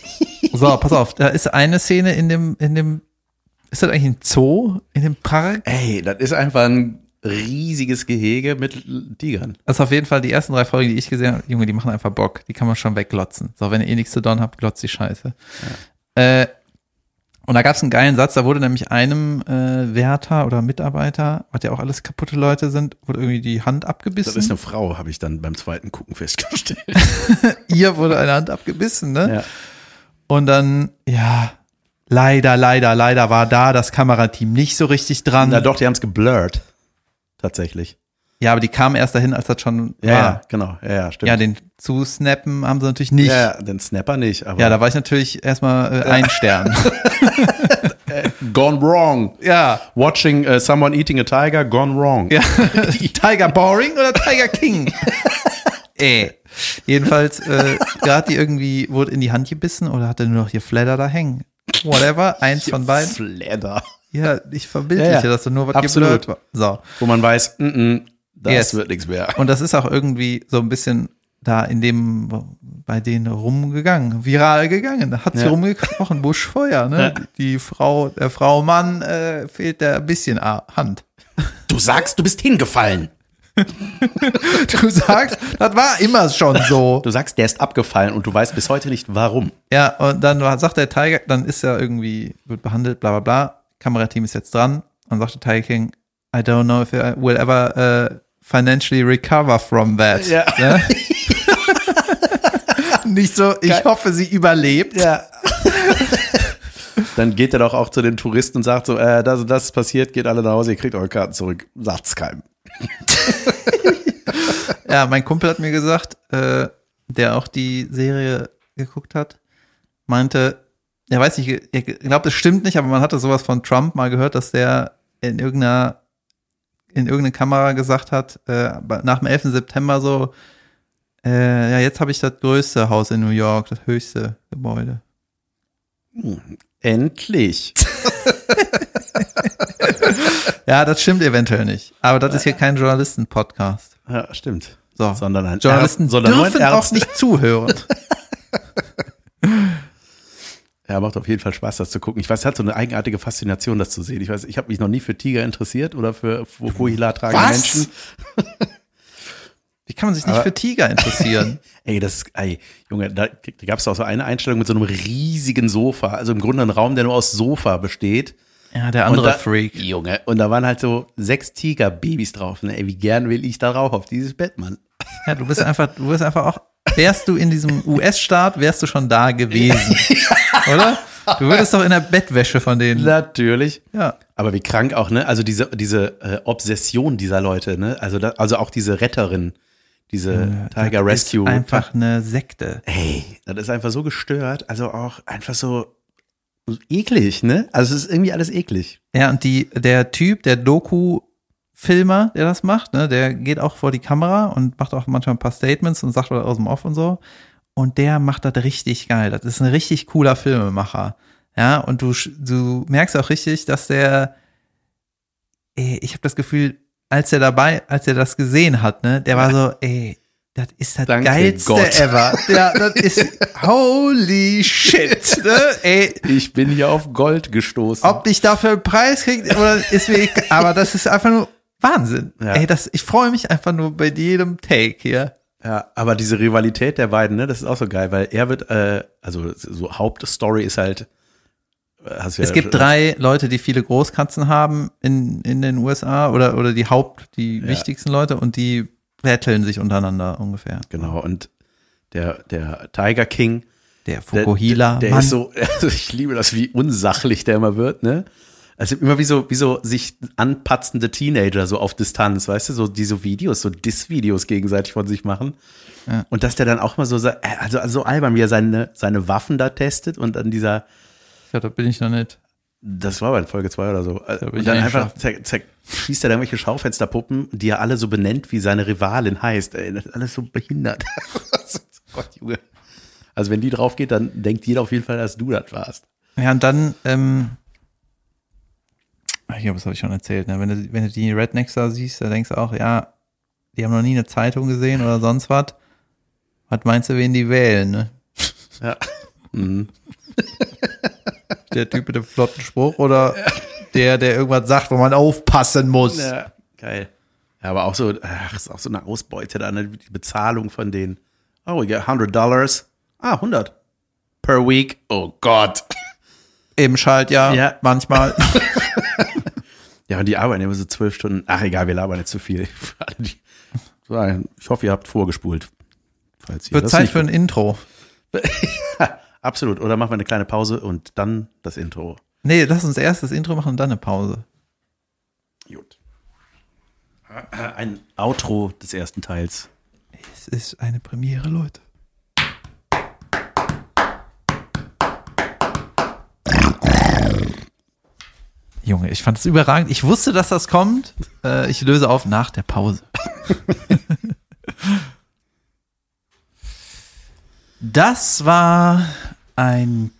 Speaker 2: so, pass auf, da ist eine Szene in dem, in dem, ist das eigentlich ein Zoo in dem Park?
Speaker 1: Ey, das ist einfach ein riesiges Gehege mit L- Tigern.
Speaker 2: Also auf jeden Fall die ersten drei Folgen, die ich gesehen habe, Junge, die machen einfach Bock. Die kann man schon weglotzen. So, wenn ihr eh nichts zu tun habt, glotzt die Scheiße. Äh, und da gab es einen geilen Satz, da wurde nämlich einem äh, Wärter oder Mitarbeiter, was ja auch alles kaputte Leute sind, wurde irgendwie die Hand abgebissen.
Speaker 1: Das ist eine Frau, habe ich dann beim zweiten Gucken festgestellt.
Speaker 2: ihr wurde eine Hand abgebissen, ne?
Speaker 1: Ja.
Speaker 2: Und dann, ja, leider, leider, leider war da das Kamerateam nicht so richtig dran.
Speaker 1: Na doch, die haben es geblurrt. Tatsächlich.
Speaker 2: Ja, aber die kamen erst dahin, als das schon
Speaker 1: Ja, ja
Speaker 2: war.
Speaker 1: genau. Ja, ja stimmt.
Speaker 2: Ja, den zusnappen haben sie natürlich nicht.
Speaker 1: ja,
Speaker 2: Ja,
Speaker 1: ja, den Snapper nicht, aber
Speaker 2: da war ich natürlich erstmal äh, ein Stern.
Speaker 1: [LAUGHS] gone wrong.
Speaker 2: ja.
Speaker 1: Watching äh, someone eating a tiger, gone wrong. [LAUGHS]
Speaker 2: ja. Tiger Boring oder Tiger King? Ey. Jedenfalls, äh, gerade die irgendwie wurde in die Hand gebissen oder hatte nur noch ihr Fledder da hängen. Whatever, eins von beiden.
Speaker 1: Fledder.
Speaker 2: Ja, ich verbildliche,
Speaker 1: Ja, ja.
Speaker 2: dass du nur was
Speaker 1: Absolut.
Speaker 2: geblurrt war. So.
Speaker 1: Wo man weiß, mm -mm, das
Speaker 2: Yes.
Speaker 1: wird nichts mehr.
Speaker 2: Und das ist auch irgendwie so ein bisschen da in dem, bei denen rumgegangen, viral gegangen. Da hat sie
Speaker 1: Ja.
Speaker 2: rumgekrochen, Buschfeuer, ne? Die Frau, der Frau Mann äh, fehlt da ein bisschen A- Hand.
Speaker 1: Du sagst, du bist hingefallen.
Speaker 2: [LAUGHS] Du sagst, das war immer schon so.
Speaker 1: Du sagst, der ist abgefallen und du weißt bis heute nicht, warum.
Speaker 2: Ja, und dann war- sagt der Tiger, dann ist er irgendwie, wird behandelt, bla bla bla. Kamerateam ist jetzt dran. Dann sagt der Tiger King, I don't know if I will ever äh, financially recover from that.
Speaker 1: Ja.
Speaker 2: Ne? [LAUGHS] Nicht so, ich hoffe, sie überlebt.
Speaker 1: Ja. Dann geht er doch auch zu den Touristen und sagt so, äh, das und das ist passiert, geht alle nach Hause, ihr kriegt eure Karten zurück. Sagt's keinem.
Speaker 2: Ja, mein Kumpel hat mir gesagt, äh, der auch die Serie geguckt hat, meinte, er weiß nicht, er glaubt, es stimmt nicht, aber man hatte sowas von Trump mal gehört, dass der in irgendeiner in irgendeine Kamera gesagt hat, äh, bei- nach dem 11. September so, äh, ja, jetzt habe ich das größte Haus in New York, das höchste Gebäude.
Speaker 1: Endlich.
Speaker 2: Ja, das stimmt eventuell nicht. Aber das ist hier kein Journalisten-Podcast.
Speaker 1: Ja, stimmt.
Speaker 2: So.
Speaker 1: Sondern ein
Speaker 2: Journalisten
Speaker 1: Ärz- sondern nur ein
Speaker 2: dürfen auch
Speaker 1: Ärz-
Speaker 2: nicht
Speaker 1: [LAUGHS]
Speaker 2: zuhören.
Speaker 1: Ja, macht auf jeden Fall Spaß, das zu gucken. Ich weiß, es hat so eine eigenartige Faszination, das zu sehen. Ich weiß, ich habe mich noch nie für Tiger interessiert oder für Fukuhila tragende
Speaker 2: Was?
Speaker 1: Menschen.
Speaker 2: Wie kann man sich nicht
Speaker 1: Aber-
Speaker 2: für Tiger interessieren?
Speaker 1: Ey, das, ey, Junge, da, da gab es auch so eine Einstellung mit so einem riesigen Sofa. Also im Grunde ein Raum, der nur aus Sofa besteht.
Speaker 2: Ja, der
Speaker 1: Und
Speaker 2: andere
Speaker 1: da,
Speaker 2: Freak.
Speaker 1: Junge, und da waren halt so sechs Tigerbabys drauf. Ne? Ey, wie gern will ich da rauf auf dieses Bett, Mann.
Speaker 2: Ja, du bist einfach, du bist einfach auch, wärst du in diesem
Speaker 1: [LAUGHS]
Speaker 2: US-Staat, wärst du schon da gewesen. Oder? Du würdest doch in der Bettwäsche von denen.
Speaker 1: Natürlich.
Speaker 2: Ja.
Speaker 1: Aber wie krank auch, ne? Also diese, diese äh, Obsession dieser Leute, ne? Also, da, also auch diese Retterin, diese Tiger Rescue.
Speaker 2: Ist einfach eine Sekte.
Speaker 1: Ey, das ist einfach so gestört, also auch einfach so eklig, ne? Also es ist irgendwie alles eklig.
Speaker 2: Ja, und die, der Typ, der Doku-Filmer, der das macht, ne, der geht auch vor die Kamera und macht auch manchmal ein paar Statements und sagt was aus dem Off und so. Und der macht das richtig geil. Das ist ein richtig cooler Filmemacher. Ja, und du, sch- du merkst auch richtig, dass der, ey, ich habe das Gefühl, als er dabei, als er das gesehen hat, ne, der war so, ey, das ist das
Speaker 1: Danke
Speaker 2: geilste
Speaker 1: Gott.
Speaker 2: ever. Ja, das ist
Speaker 1: [LAUGHS]
Speaker 2: holy shit, ne? Ey,
Speaker 1: Ich bin hier auf Gold gestoßen.
Speaker 2: ob ich dafür einen Preis kriege, oder ist mir [LAUGHS] egal. aber das ist einfach nur Wahnsinn.
Speaker 1: Ja.
Speaker 2: Ey, das, ich freue mich einfach nur bei jedem Take hier.
Speaker 1: Ja, aber diese Rivalität der beiden, ne, das ist auch so geil, weil er wird, äh, also so Hauptstory ist halt, äh, hast du
Speaker 2: es
Speaker 1: ja
Speaker 2: gibt drei Leute, die viele Großkatzen haben in, in den USA oder, oder die Haupt, die wichtigsten Leute und die betteln sich untereinander ungefähr.
Speaker 1: Genau, und der, der Tiger King,
Speaker 2: Der
Speaker 1: der,
Speaker 2: Fukuhila.
Speaker 1: der, der
Speaker 2: Mann.
Speaker 1: ist so, [LAUGHS] also ich liebe das, wie unsachlich der immer wird, ne? Also immer wie so, wie so sich anpatzende Teenager so auf Distanz, weißt du, so diese so Videos, so Diss-Videos gegenseitig von sich machen. Und dass der dann auch mal so, sa- äh, also, also so albern, wie er seine, seine Waffen da testet und an dieser,
Speaker 2: ja, da bin ich noch nicht.
Speaker 1: das war bei Folge 2 oder so. Äh,
Speaker 2: hab ich
Speaker 1: Und dann
Speaker 2: einen
Speaker 1: einfach zack, zack, schießt er da irgendwelche Schaufensterpuppen, die er alle so benennt, wie seine Rivalin heißt. Ey, das ist alles so behindert. [LAUGHS] Gott, Junge. Also wenn die drauf geht, dann denkt jeder auf jeden Fall, dass du das warst.
Speaker 2: Ja, und dann ähm, ich glaube, das habe ich schon erzählt, ne? wenn, du, wenn du die Rednecks da siehst, da denkst du auch, ja, die haben noch nie eine Zeitung gesehen oder sonst was. Was meinst du, wen die wählen, ne?
Speaker 1: Ja. [LAUGHS] Mhm.
Speaker 2: [LAUGHS] Der Typ mit dem flotten Spruch oder der, der irgendwas sagt, wo man aufpassen muss?
Speaker 1: ja. Geil. Ja, aber auch so, ach, ist auch so eine Ausbeute da, ne? die Bezahlung von denen. Oh, we got 100 Dollars. Ah, 100. Per week. Oh Gott.
Speaker 2: Im Schaltjahr,
Speaker 1: Ja. [LAUGHS]
Speaker 2: manchmal.
Speaker 1: Ja, und die arbeiten immer so zwölf Stunden. Ach, egal, wir labern jetzt zu viel. [LAUGHS] Für alle, die- So, Ich hoffe, ihr habt vorgespult. Falls ihr
Speaker 2: Wird
Speaker 1: das
Speaker 2: Zeit
Speaker 1: nicht-
Speaker 2: für ein Intro.
Speaker 1: Absolut. Oder machen wir eine kleine Pause und dann das Intro.
Speaker 2: Nee, lass uns erst das Intro machen und dann eine Pause.
Speaker 1: Gut. Äh, Ein Outro des ersten Teils.
Speaker 2: Es ist eine Premiere, Leute. Junge, ich fand es überragend. Ich wusste, dass das kommt. Äh, ich löse auf nach der Pause. [LAUGHS] das war ein,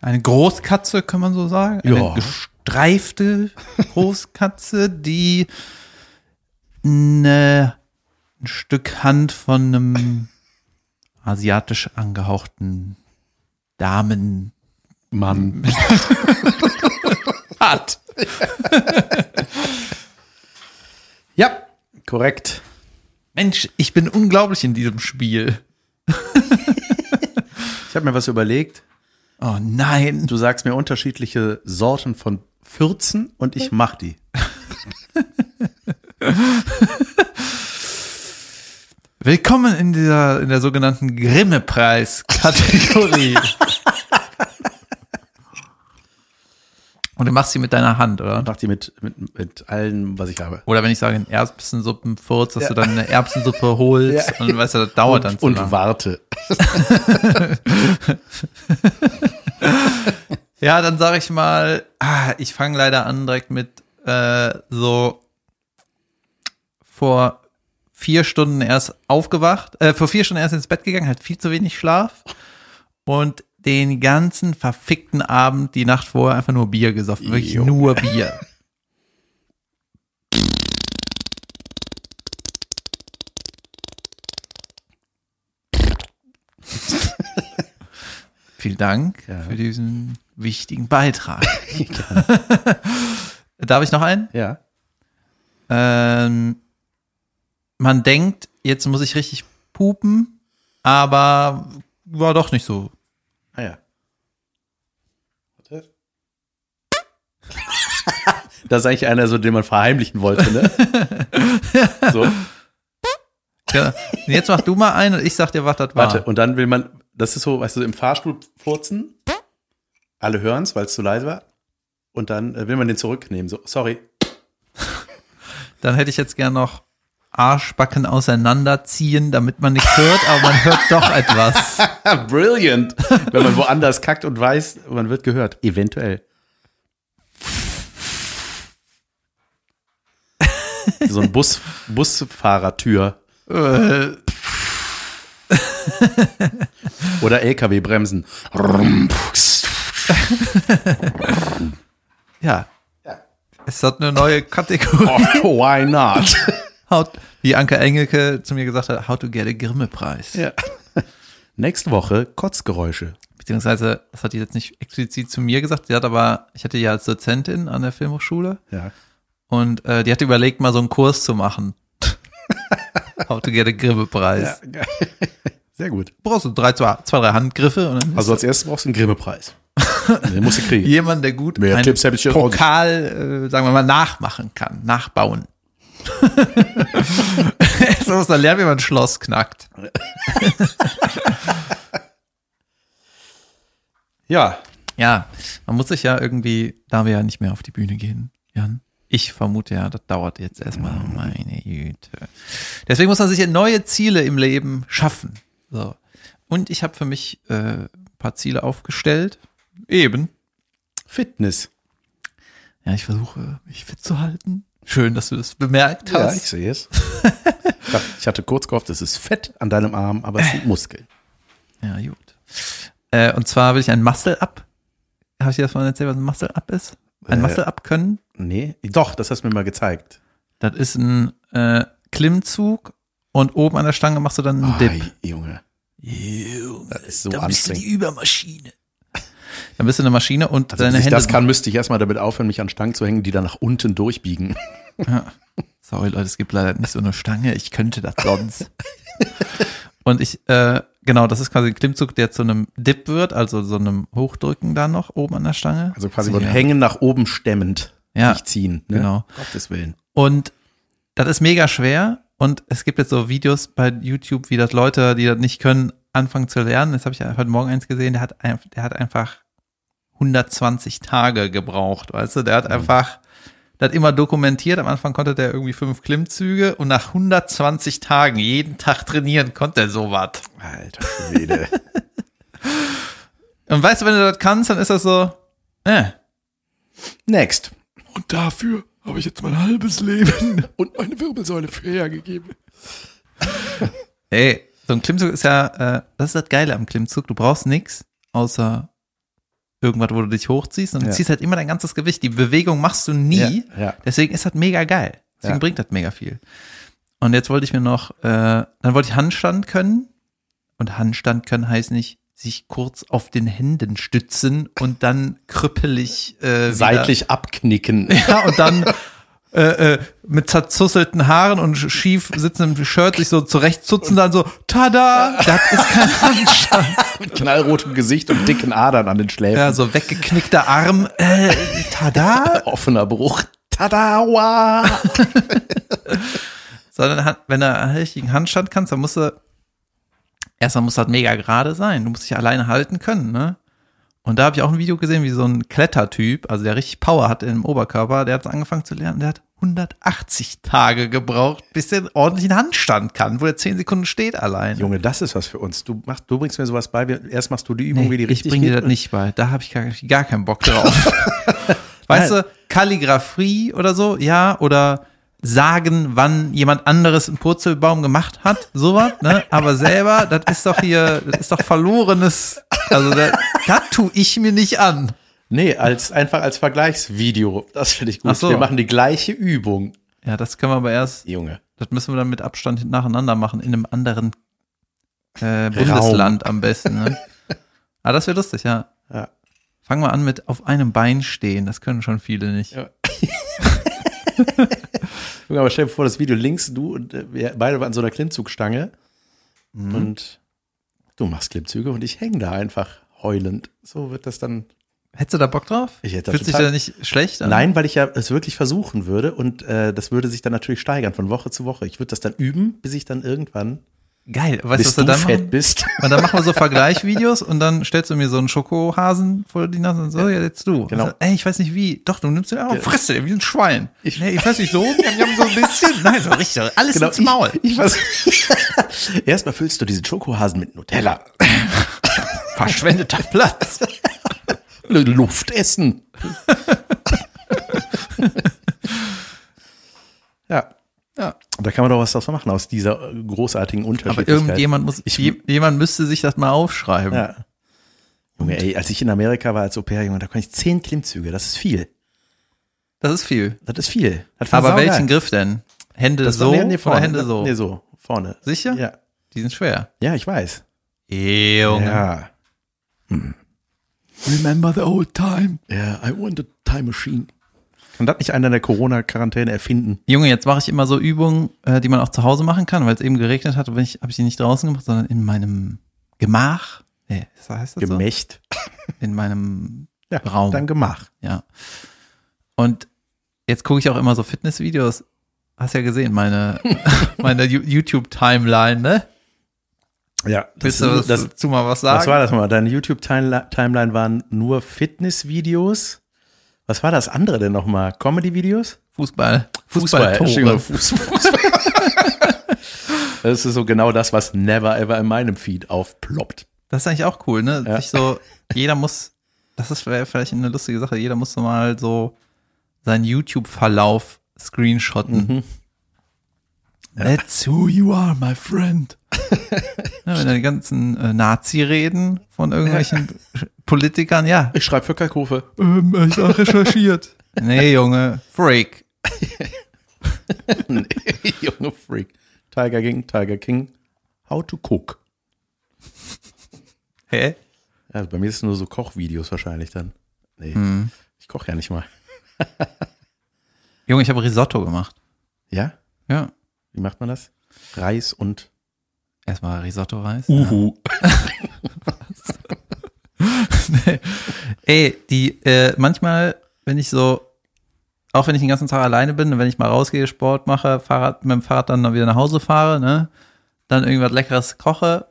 Speaker 2: eine Großkatze, kann man so sagen. Eine
Speaker 1: Ja.
Speaker 2: gestreifte Großkatze, die eine ein Stück Hand von einem asiatisch angehauchten Damen
Speaker 1: [LAUGHS] Mann.
Speaker 2: hat.
Speaker 1: Ja, korrekt.
Speaker 2: Mensch, ich bin unglaublich in diesem Spiel.
Speaker 1: Ich habe mir was überlegt.
Speaker 2: Oh nein.
Speaker 1: Du sagst mir unterschiedliche Sorten von Fürzen und ich mach die.
Speaker 2: Willkommen in dieser in der sogenannten
Speaker 1: [LAUGHS]
Speaker 2: Grimme-Preis-Kategorie. Und du machst sie mit deiner Hand, oder?
Speaker 1: Mach die mit, mit, mit allem, was ich habe.
Speaker 2: Oder wenn ich sage, ein Erbsensuppenfurz, dass
Speaker 1: Ja.
Speaker 2: du dann eine Erbsensuppe holst
Speaker 1: [LAUGHS] Ja.
Speaker 2: und weißt du, das dauert dann
Speaker 1: und,
Speaker 2: zu
Speaker 1: und
Speaker 2: lange.
Speaker 1: warte.
Speaker 2: Ja, dann sage ich mal, ah, ich fange leider an direkt mit äh, so vor vier Stunden erst aufgewacht, äh, vor vier Stunden erst ins Bett gegangen, hat viel zu wenig Schlaf und den ganzen verfickten Abend, die Nacht vorher einfach nur Bier gesoffen, wirklich
Speaker 1: Junge.
Speaker 2: nur Bier. Vielen Dank
Speaker 1: Ja.
Speaker 2: für diesen wichtigen Beitrag. [LAUGHS] Darf ich noch einen?
Speaker 1: Ja.
Speaker 2: Ähm, man denkt, jetzt muss ich richtig pupen, aber war doch nicht so.
Speaker 1: Ah ja. Warte. [LAUGHS] Das ist eigentlich einer, so den man verheimlichen
Speaker 2: [LAUGHS]
Speaker 1: wollte, ne? So,
Speaker 2: Ja, und jetzt mach du mal einen und ich sag dir, was das war.
Speaker 1: warte. Und dann will man, das ist so, weißt du, im Fahrstuhl furzen. Alle hören es, weil es zu leise war. Und dann äh, will man den zurücknehmen. So, sorry.
Speaker 2: Dann hätte ich jetzt gern noch Arschbacken auseinanderziehen, damit man nichts hört, aber man hört doch etwas.
Speaker 1: Ah, brilliant. Wenn man woanders kackt und weiß, man wird gehört. Eventuell. So ein Bus, Busfahrertür.
Speaker 2: Äh,
Speaker 1: Oder LKW-Bremsen.
Speaker 2: ja. Es hat eine neue Kategorie.
Speaker 1: Oh, why not?
Speaker 2: Haut- Wie Anke Engelke zu mir gesagt hat, how to get a Grimme-Preis.
Speaker 1: ja. Nächste Woche Kotzgeräusche.
Speaker 2: Beziehungsweise, das hat die jetzt nicht explizit zu mir gesagt, die hat aber, ich hatte die als Dozentin an der Filmhochschule
Speaker 1: Ja.
Speaker 2: und äh, die hatte überlegt, mal so einen Kurs zu
Speaker 1: [LAUGHS]
Speaker 2: machen. How to get a Grimme-Preis.
Speaker 1: ja. geil. Sehr gut.
Speaker 2: Brauchst du drei, zwei, zwei, drei Handgriffe und dann
Speaker 1: Also als erstes brauchst du einen Grimme-Preis. Den musst du kriegen.
Speaker 2: jemand, der gut
Speaker 1: Mehr
Speaker 2: einen
Speaker 1: Tipps hätte ich jetzt auch nicht.
Speaker 2: Pokal, äh, sagen wir mal, nachmachen kann,
Speaker 1: [LAUGHS]
Speaker 2: nachbauen. [LAUGHS] Erst muss man lernen, wie man ein Schloss knackt.
Speaker 1: Ja.
Speaker 2: Ja, man muss sich ja irgendwie, da wir ja nicht mehr auf die Bühne gehen, Jan. Ich vermute ja, das dauert jetzt erstmal. Meine Güte. Deswegen muss man sich neue Ziele im Leben schaffen. So. Und ich habe für mich äh, ein paar Ziele aufgestellt. Eben.
Speaker 1: Fitness.
Speaker 2: Ja, ich versuche, mich fit zu halten. Schön, dass du das bemerkt hast.
Speaker 1: Ja, ich sehe es. Ich dachte- Ich hatte kurz gehofft, es ist Fett an deinem Arm, aber es sind Muskeln.
Speaker 2: Ja, gut. Äh, und zwar will ich ein Muscle Up. Habe ich dir das mal erzählt, was ein Muscle Up ist? Ein Muscle Up können?
Speaker 1: Nee, doch, das hast du mir mal gezeigt.
Speaker 2: Das ist ein äh, Klimmzug und oben an der Stange machst du dann einen Dip.
Speaker 1: Oh, Junge,
Speaker 2: Junge,
Speaker 1: das ist so
Speaker 2: dann bist du die
Speaker 1: äh, anstrengend.
Speaker 2: Übermaschine. Dann bist du eine Maschine und
Speaker 1: Also,
Speaker 2: deine
Speaker 1: bis ich
Speaker 2: Hände.
Speaker 1: das kann, müsste ich erstmal damit aufhören, mich an Stangen zu hängen, die dann nach unten durchbiegen.
Speaker 2: Sorry, Leute, es gibt leider nicht so eine Stange. Ich könnte das sonst. [LAUGHS] und ich, äh, genau, das ist quasi ein Klimmzug, der zu einem Dip wird, also so einem Hochdrücken dann noch oben an der Stange.
Speaker 1: Also quasi
Speaker 2: so
Speaker 1: von Hängen nach oben stemmend.
Speaker 2: Ja,
Speaker 1: Nicht ziehen. Ne?
Speaker 2: genau.
Speaker 1: Gottes Willen.
Speaker 2: Und das ist mega schwer. Und es gibt jetzt so Videos bei YouTube, wie das Leute, die das nicht können, anfangen zu lernen. Das habe ich ja heute Morgen eins gesehen. Der hat, ein- der hat einfach 120 Tage gebraucht, weißt du? Der hat einfach das immer dokumentiert. Am Anfang konnte der irgendwie fünf Klimmzüge und nach 120 Tagen jeden Tag trainieren konnte er sowas.
Speaker 1: Alter Schwede.
Speaker 2: Und weißt du, wenn du das kannst, dann ist das so, äh,
Speaker 1: [LAUGHS] Next.
Speaker 3: Und dafür habe ich jetzt mein halbes Leben und meine Wirbelsäule für hergegeben.
Speaker 2: Ey, so ein Klimmzug ist ja, äh, das ist das Geile am Klimmzug. Du brauchst nix außer irgendwas, wo du dich hochziehst und du
Speaker 1: Ja.
Speaker 2: ziehst halt immer dein ganzes Gewicht. Die Bewegung machst du nie.
Speaker 1: Ja, ja.
Speaker 2: Deswegen ist das mega geil. Deswegen
Speaker 1: Ja.
Speaker 2: bringt das mega viel. Und jetzt wollte ich mir noch, äh, dann wollte ich Handstand können. Und Handstand können heißt nicht, sich kurz auf den Händen stützen und dann krüppelig äh, wieder-
Speaker 1: Seitlich abknicken.
Speaker 2: ja, und dann äh, äh, mit zerzusselten Haaren und sch- schief sitzendem Shirt sich so zurechtzutzen, dann so, tada, das ist kein Handstand.
Speaker 1: Mit knallrotem Gesicht und dicken Adern an den Schläfen.
Speaker 2: Ja, so weggeknickter Arm, äh, tada. [LAUGHS]
Speaker 1: Offener Bruch. Tadawa!
Speaker 2: Sondern han- wenn du einen richtigen Handstand kannst, dann musst du, erstmal muss das mega gerade sein. Du musst dich alleine halten können, ne? Und da habe ich auch ein Video gesehen, wie so ein Klettertyp, also der richtig Power hat im Oberkörper, der hat angefangen zu lernen, der hat 180 Tage gebraucht, bis der einen ordentlichen Handstand kann, wo er 10 Sekunden steht allein.
Speaker 1: Junge, das ist was für uns. Du, machst, du bringst mir sowas bei. wir- Erst machst du die Übung,
Speaker 2: Nee,
Speaker 1: wie die
Speaker 2: ich
Speaker 1: richtig
Speaker 2: bringe dir
Speaker 1: geht
Speaker 2: das nicht bei. Da habe ich gar, gar keinen Bock
Speaker 1: [LAUGHS]
Speaker 2: drauf. weißt du, Kalligrafie oder so, ja, oder sagen, wann jemand anderes einen Purzelbaum gemacht hat, sowas, ne? Aber selber, das ist doch hier, das ist doch verlorenes, also das, das tue ich mir nicht an.
Speaker 1: Nee, als, einfach als Vergleichsvideo. Das finde ich
Speaker 2: Ach
Speaker 1: gut.
Speaker 2: so.
Speaker 1: Wir machen die gleiche Übung.
Speaker 2: Ja, das können wir aber erst,
Speaker 1: Junge.
Speaker 2: das müssen wir dann mit Abstand nacheinander machen, in einem anderen äh, Bundesland am besten,
Speaker 1: [LAUGHS]
Speaker 2: ne? Aber das wäre lustig, ja.
Speaker 1: Ja.
Speaker 2: Fangen wir an mit auf einem Bein stehen, das können schon viele nicht.
Speaker 1: Junge, aber stell dir vor, das Video links, du und äh, wir beide waren an so einer Klimmzugstange.
Speaker 2: Mhm.
Speaker 1: Und du machst Klimmzüge und ich hänge da einfach heulend. So wird das dann.
Speaker 2: Hättest du da Bock drauf?
Speaker 1: Ich hätte da
Speaker 2: Fühlt sich
Speaker 1: total-
Speaker 2: da nicht schlecht an?
Speaker 1: Nein, weil ich ja es wirklich versuchen würde und äh, das würde sich dann natürlich steigern von Woche zu Woche. Ich würde das dann üben, bis ich dann irgendwann,
Speaker 2: Geil. Weißt
Speaker 1: bis
Speaker 2: du,
Speaker 1: du
Speaker 2: was wir
Speaker 1: fett
Speaker 2: dann machen?
Speaker 1: bist.
Speaker 2: Und dann machen wir so Vergleichvideos und dann stellst du mir so einen Schokohasen vor die Nase und so, ja, jetzt du.
Speaker 1: Genau.
Speaker 2: Und so, ey, ich weiß nicht wie. Doch, du nimmst den auch, frisst den wie ein Schwein. Ich, nee, ich weiß nicht so. Wir haben so ein bisschen.
Speaker 1: [LAUGHS]
Speaker 2: Nein, so richtig. Alles ins Maul.
Speaker 1: Genau. Ich, ich was, [LAUGHS] Erstmal füllst du diesen Schokohasen mit Nutella.
Speaker 2: [LAUGHS] Verschwendeter
Speaker 1: [LAUGHS]
Speaker 2: Platz.
Speaker 1: Luft essen. ja.
Speaker 2: [LAUGHS] Ja.
Speaker 1: Da kann man doch was draus machen aus dieser äh, großartigen
Speaker 2: Aber
Speaker 1: Unterschiedlichkeit.
Speaker 2: irgendjemand muss,
Speaker 1: Ich-
Speaker 2: je, jemand müsste sich das mal aufschreiben.
Speaker 1: Ja. Junge, ey, als ich in Amerika war als Au-pair, Junge, da konnte ich zehn Klimmzüge. Das ist viel.
Speaker 2: Das ist viel.
Speaker 1: Das ist viel. Das war
Speaker 2: Aber
Speaker 1: saugeil.
Speaker 2: welchen Griff denn? Hände
Speaker 1: Das war-
Speaker 2: so
Speaker 1: nee, nee, vorne,
Speaker 2: oder Hände so?
Speaker 1: Nee, so. Vorne.
Speaker 2: Sicher?
Speaker 1: Ja.
Speaker 2: Die sind schwer.
Speaker 1: Ja, ich weiß.
Speaker 2: Junge.
Speaker 1: Ja.
Speaker 3: Remember the old time.
Speaker 1: Ja.
Speaker 3: I want a time machine.
Speaker 1: Kann das nicht einer in der Corona-Quarantäne erfinden?
Speaker 2: Junge, jetzt mache ich immer so Übungen, äh, die man auch zu Hause machen kann, weil es eben geregnet hat, habe ich, hab ich die nicht draußen gemacht, sondern in meinem Gemach. Nee, was heißt das so?
Speaker 1: Gemächt.
Speaker 2: In meinem
Speaker 1: Ja,
Speaker 2: Raum.
Speaker 1: Dann Gemach.
Speaker 2: ja. Und jetzt gucke ich auch immer so Fitnessvideos. Hast ja gesehen, meine, [LAUGHS] meine Ju- YouTube-Timeline, ne?
Speaker 1: Ja. Das,
Speaker 2: Willst du
Speaker 1: ist-
Speaker 2: was
Speaker 1: das,
Speaker 2: zu mal was sagen?
Speaker 1: was war das mal? Deine YouTube-Timeline waren nur Fitness-Videos. Was war das andere denn nochmal? Comedy-Videos?
Speaker 2: Fußball. Fußball-Tore.
Speaker 1: Entschuldigung, Fuß- Fußball. [LAUGHS] das ist so genau das, was never ever in meinem Feed aufploppt.
Speaker 2: Das ist eigentlich auch cool, ne?
Speaker 1: Ja.
Speaker 2: Sich so, jeder muss, das ist wär vielleicht eine lustige Sache, jeder muss so mal so seinen YouTube-Verlauf screenshotten. That's who you are, my [LAUGHS] friend. ja, wenn da die ganzen äh, Nazi-Reden von irgendwelchen Politikern, ja,
Speaker 1: Ich schreibe für Kalkofe.
Speaker 2: ähm, ich habe recherchiert. Nee, Junge, Freak.
Speaker 1: nee, junge Freak. Tiger King, Tiger King. How to cook.
Speaker 2: Hä?
Speaker 1: Ja, also bei mir ist es nur so Kochvideos wahrscheinlich dann. Nee,
Speaker 2: Hm.
Speaker 1: ich koche ja nicht mal.
Speaker 2: Junge, ich habe Risotto gemacht.
Speaker 1: Ja?
Speaker 2: Ja.
Speaker 1: Wie macht man das? Reis und Ah,
Speaker 2: Erstmal Risotto-Reis.
Speaker 1: Uhu.
Speaker 2: Nee. Ey, die, äh, manchmal, wenn ich so, auch wenn ich den ganzen Tag alleine bin und wenn ich mal rausgehe, Sport mache, Fahrrad, mit dem Fahrrad dann wieder nach Hause fahre, ne, dann irgendwas Leckeres koche,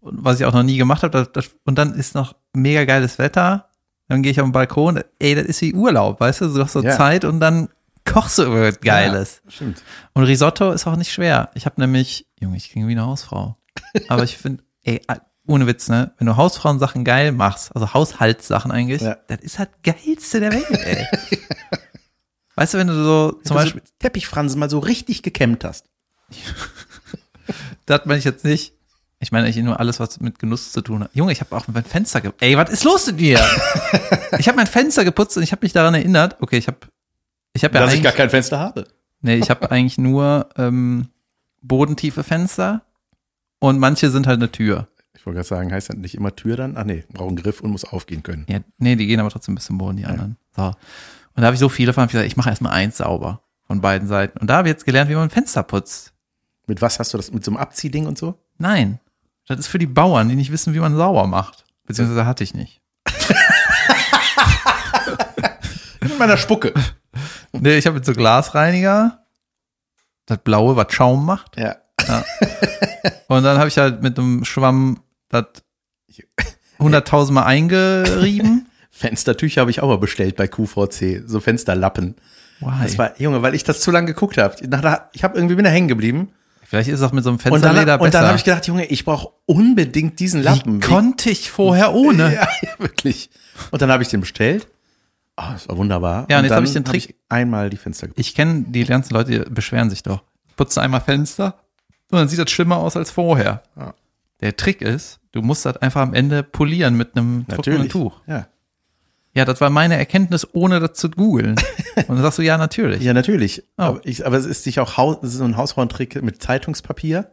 Speaker 2: und was ich auch noch nie gemacht habe, das, das, und dann ist noch mega geiles Wetter, dann gehe ich auf den Balkon, ey, das ist wie Urlaub, weißt du, du hast so
Speaker 1: Ja.
Speaker 2: Zeit und dann kochst du irgendwas Geiles.
Speaker 1: Ja, stimmt.
Speaker 2: Und Risotto ist auch nicht schwer. Ich habe nämlich, Junge, ich klinge wie eine Hausfrau. Aber ich finde, ey, ohne Witz, ne? Wenn du Hausfrauensachen geil machst, also Haushaltssachen eigentlich,
Speaker 1: Ja.
Speaker 2: das ist halt geilste der Welt, ey. [LAUGHS] weißt du, wenn du so zum
Speaker 1: Wenn du
Speaker 2: Beispiel,
Speaker 1: so Teppichfransen mal so richtig gekämmt hast.
Speaker 2: das meine ich jetzt nicht. Ich meine eigentlich nur alles, was mit Genuss zu tun hat. Junge, ich habe auch mein Fenster geputzt. Ey, was ist los mit
Speaker 1: [LAUGHS]
Speaker 2: mir? ich habe mein Fenster geputzt und ich habe mich daran erinnert, okay, ich habe ich habe ja
Speaker 1: dass ich
Speaker 2: eigentlich-
Speaker 1: gar kein Fenster habe.
Speaker 2: Nee, Ne, ich habe eigentlich nur ähm, bodentiefe Fenster und manche sind halt eine Tür.
Speaker 1: Ich wollte gerade sagen, heißt das nicht immer Tür dann? Ach nee, braucht einen Griff und muss aufgehen können.
Speaker 2: Ja, nee, die gehen aber trotzdem bis zum Boden, die anderen. So. Und da habe ich so viele von hab ich gesagt, ich mache erstmal eins sauber von beiden Seiten. Und da habe ich jetzt gelernt, wie man Fenster putzt.
Speaker 1: Mit was hast du das? Mit so einem Abziehding und so?
Speaker 2: Nein. Das ist für die Bauern, die nicht wissen, wie man sauber macht. Beziehungsweise hatte ich nicht.
Speaker 1: Mit meiner Spucke.
Speaker 2: Nee, Ne, ich habe jetzt so Glasreiniger. Das blaue, was Schaum macht.
Speaker 1: Ja.
Speaker 2: Und dann habe ich halt mit einem Schwamm das 100.000 Mal eingerieben.
Speaker 1: Fenstertücher habe ich auch mal bestellt bei QVC, so Fensterlappen.
Speaker 2: Why?
Speaker 1: Das war, Junge, weil ich das zu lange geguckt habe. Nach der- Ich habe irgendwie bin da hängen geblieben.
Speaker 2: Vielleicht ist es auch mit so einem
Speaker 1: Und
Speaker 2: Fensterleder
Speaker 1: dann,
Speaker 2: besser.
Speaker 1: und dann habe ich gedacht, Junge, ich brauche unbedingt diesen Lappen.
Speaker 2: Wie konnte ich vorher ohne?
Speaker 1: [LAUGHS] Ja, ja, wirklich. Und dann habe ich den bestellt. Ah, das war wunderbar.
Speaker 2: Ja, und jetzt
Speaker 1: dann
Speaker 2: habe ich den Trick-
Speaker 1: ich einmal die Fenster geputzt.
Speaker 2: Ich kenne die ganzen Leute, die beschweren sich doch. Putzt du einmal Fenster und dann sieht das schlimmer aus als vorher.
Speaker 1: Ja.
Speaker 2: Der Trick ist, du musst das einfach am Ende polieren mit einem trockenen Tuch.
Speaker 1: Ja.
Speaker 2: Ja, das war meine Erkenntnis, ohne das zu [LAUGHS] googeln. Und dann sagst du, ja, natürlich. Ja,
Speaker 1: ja, natürlich.
Speaker 2: Oh.
Speaker 1: Aber, ich, aber es ist nicht auch Haus, es ist so ein Hausfrauentrick mit Zeitungspapier.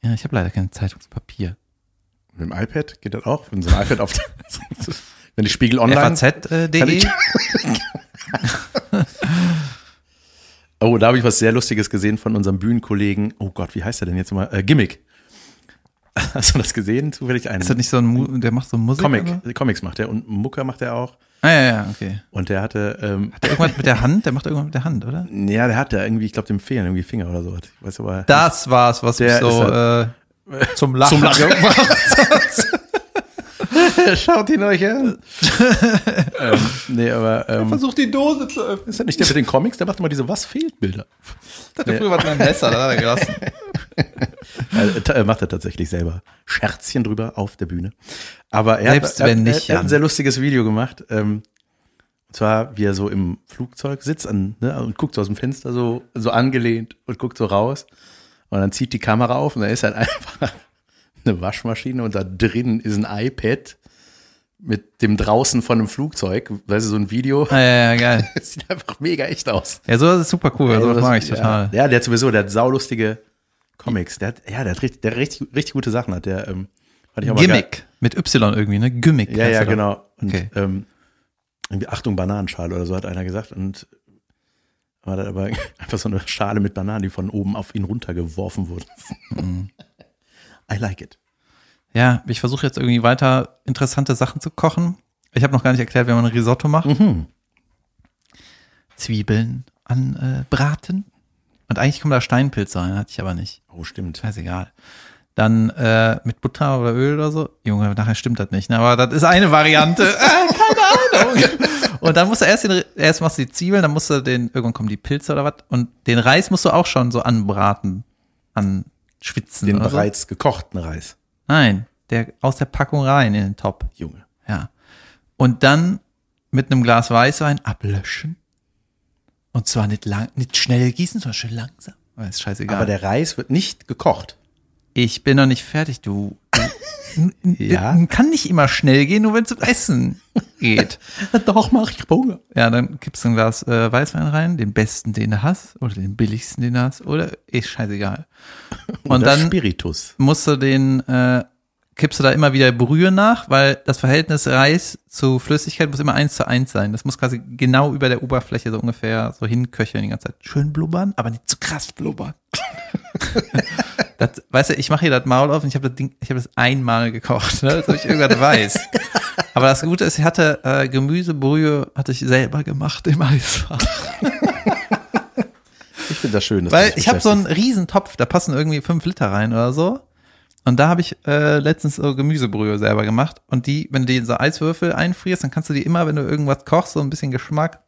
Speaker 2: ich habe leider kein Zeitungspapier.
Speaker 1: Mit dem iPad geht das auch. Wenn so ein iPad auf, [LAUGHS] wenn ich Spiegel online. Kann
Speaker 2: FAZ.de?
Speaker 1: ich- [LAUGHS] Oh, da habe ich was sehr Lustiges gesehen von unserem Bühnenkollegen. Oh Gott, wie heißt er denn jetzt mal? Äh, Gimmick. [LAUGHS] Hast du das gesehen? Zufällig einen.
Speaker 2: Ist das nicht so ein, Mu der macht so Musik?
Speaker 1: Comic.
Speaker 2: oder so?
Speaker 1: Comics macht er und Mucker macht er auch.
Speaker 2: Ah, ja, ja, okay.
Speaker 1: Und der hatte, ähm,
Speaker 2: Der irgendwas mit der Hand? Der macht irgendwas mit der Hand, oder?
Speaker 1: ja, der hatte irgendwie, ich glaube, dem fehlen irgendwie Finger oder sowas. Ich weiß aber.
Speaker 2: Das war's, was mich
Speaker 1: Der
Speaker 2: so äh, zum Lachen
Speaker 1: [LAUGHS] Zum [LAUGHS] Lachen.
Speaker 2: gebracht
Speaker 1: Schaut ihn euch [LAUGHS] an. ähm, nee, aber. Ähm,
Speaker 2: Versucht die Dose zu öffnen.
Speaker 1: ist das nicht der mit den Comics? Der macht immer diese Was fehlt Bilder.
Speaker 2: Das hat früher was mit einem Messer, da hat er gelassen.
Speaker 1: Äh, ta- äh, macht er tatsächlich selber. Scherzchen drüber auf der Bühne. Aber er,
Speaker 2: Selbst
Speaker 1: hat, er,
Speaker 2: wenn
Speaker 1: er,
Speaker 2: nicht,
Speaker 1: er hat
Speaker 2: Jan.
Speaker 1: ein sehr lustiges Video gemacht. Ähm, und zwar, wie er so im Flugzeug sitzt an, ne, und guckt so aus dem Fenster so, so angelehnt und guckt so raus. Und dann zieht die Kamera auf und da ist halt [LAUGHS] einfach eine Waschmaschine und da drin ist ein iPad mit dem draußen von einem Flugzeug. Weißt du, so ein Video.
Speaker 2: [LAUGHS] Ah, ja, ja, geil.
Speaker 1: [LAUGHS] Das sieht einfach mega echt aus.
Speaker 2: Ja, sowas ist super cool, sowas Also mag ich
Speaker 1: ja.
Speaker 2: total.
Speaker 1: Ja, der hat sowieso, der hat saulustige Comics. Der hat, ja, der hat richtig, der hat richtig, richtig gute Sachen hat. Der, ähm, fand ich auch mal
Speaker 2: Gimmick. Mit Y irgendwie, ne? Gimmick.
Speaker 1: Geil. Ja,
Speaker 2: heißt
Speaker 1: ja,
Speaker 2: er doch.
Speaker 1: genau. Und,
Speaker 2: Okay.
Speaker 1: ähm, irgendwie, Achtung, Bananenschale oder so hat einer gesagt. Und war das aber [LAUGHS] einfach so eine Schale mit Bananen, die von oben auf ihn runtergeworfen wurde.
Speaker 2: Mhm.
Speaker 1: [LAUGHS] I like it.
Speaker 2: Ja, ich versuche jetzt irgendwie weiter interessante Sachen zu kochen. Ich habe noch gar nicht erklärt, wie man ein Risotto macht.
Speaker 1: Mhm.
Speaker 2: Zwiebeln anbraten. Äh, braten. und eigentlich kommen da Steinpilze rein, hatte ich aber nicht.
Speaker 1: Oh, stimmt.
Speaker 2: Scheißegal. Dann äh, mit Butter oder Öl oder so. Junge, nachher stimmt das nicht, ne? aber das ist eine Variante. Äh, Keine Ahnung. Und dann musst du erst, den, erst machst du die Zwiebeln, dann musst du den, irgendwann kommen die Pilze oder was. Und den Reis musst du auch schon so anbraten, anschwitzen.
Speaker 1: Den
Speaker 2: oder so.
Speaker 1: bereits gekochten Reis.
Speaker 2: Nein, der aus der Packung rein in den Top.
Speaker 1: Junge.
Speaker 2: Ja. Und dann mit einem Glas Weißwein ablöschen. Und zwar nicht lang, nicht schnell gießen, sondern schön langsam. Weil Ist scheißegal. [LAUGHS]
Speaker 1: Aber der Reis wird nicht gekocht.
Speaker 2: Ich bin noch nicht fertig, du. du
Speaker 1: Ja.
Speaker 2: Man kann nicht immer schnell gehen, nur wenn es um Essen geht.
Speaker 1: Doch, mach ich Hunger.
Speaker 2: Ja, dann kippst du ein Glas äh, Weißwein rein, den besten, den du hast, oder den billigsten, den du hast, oder ist scheißegal. Und dann
Speaker 1: Spiritus.
Speaker 2: musst du den, äh, kippst du da immer wieder Brühe nach, weil das Verhältnis Reis zu Flüssigkeit muss immer eins zu eins sein. Das muss quasi genau über der Oberfläche so ungefähr so hinköcheln die ganze Zeit. Schön blubbern, aber nicht zu krass blubbern. das, weißt du, ich mache hier das Maul auf und ich habe das Ding, ich habe das einmal gekocht, ne? dass ich irgendwas weiß. Aber das Gute ist, ich hatte äh, Gemüsebrühe, hatte ich selber gemacht im Eisfach.
Speaker 1: Ich finde das schön. Dass
Speaker 2: Weil
Speaker 1: du dich
Speaker 2: ich habe so einen
Speaker 1: beschäftigst.
Speaker 2: riesen Topf, da passen irgendwie fünf Liter rein oder so. Und da habe ich äh, letztens so Gemüsebrühe selber gemacht. Und die, wenn du die in so Eiswürfel einfrierst, dann kannst du die immer, wenn du irgendwas kochst, so ein bisschen Geschmack,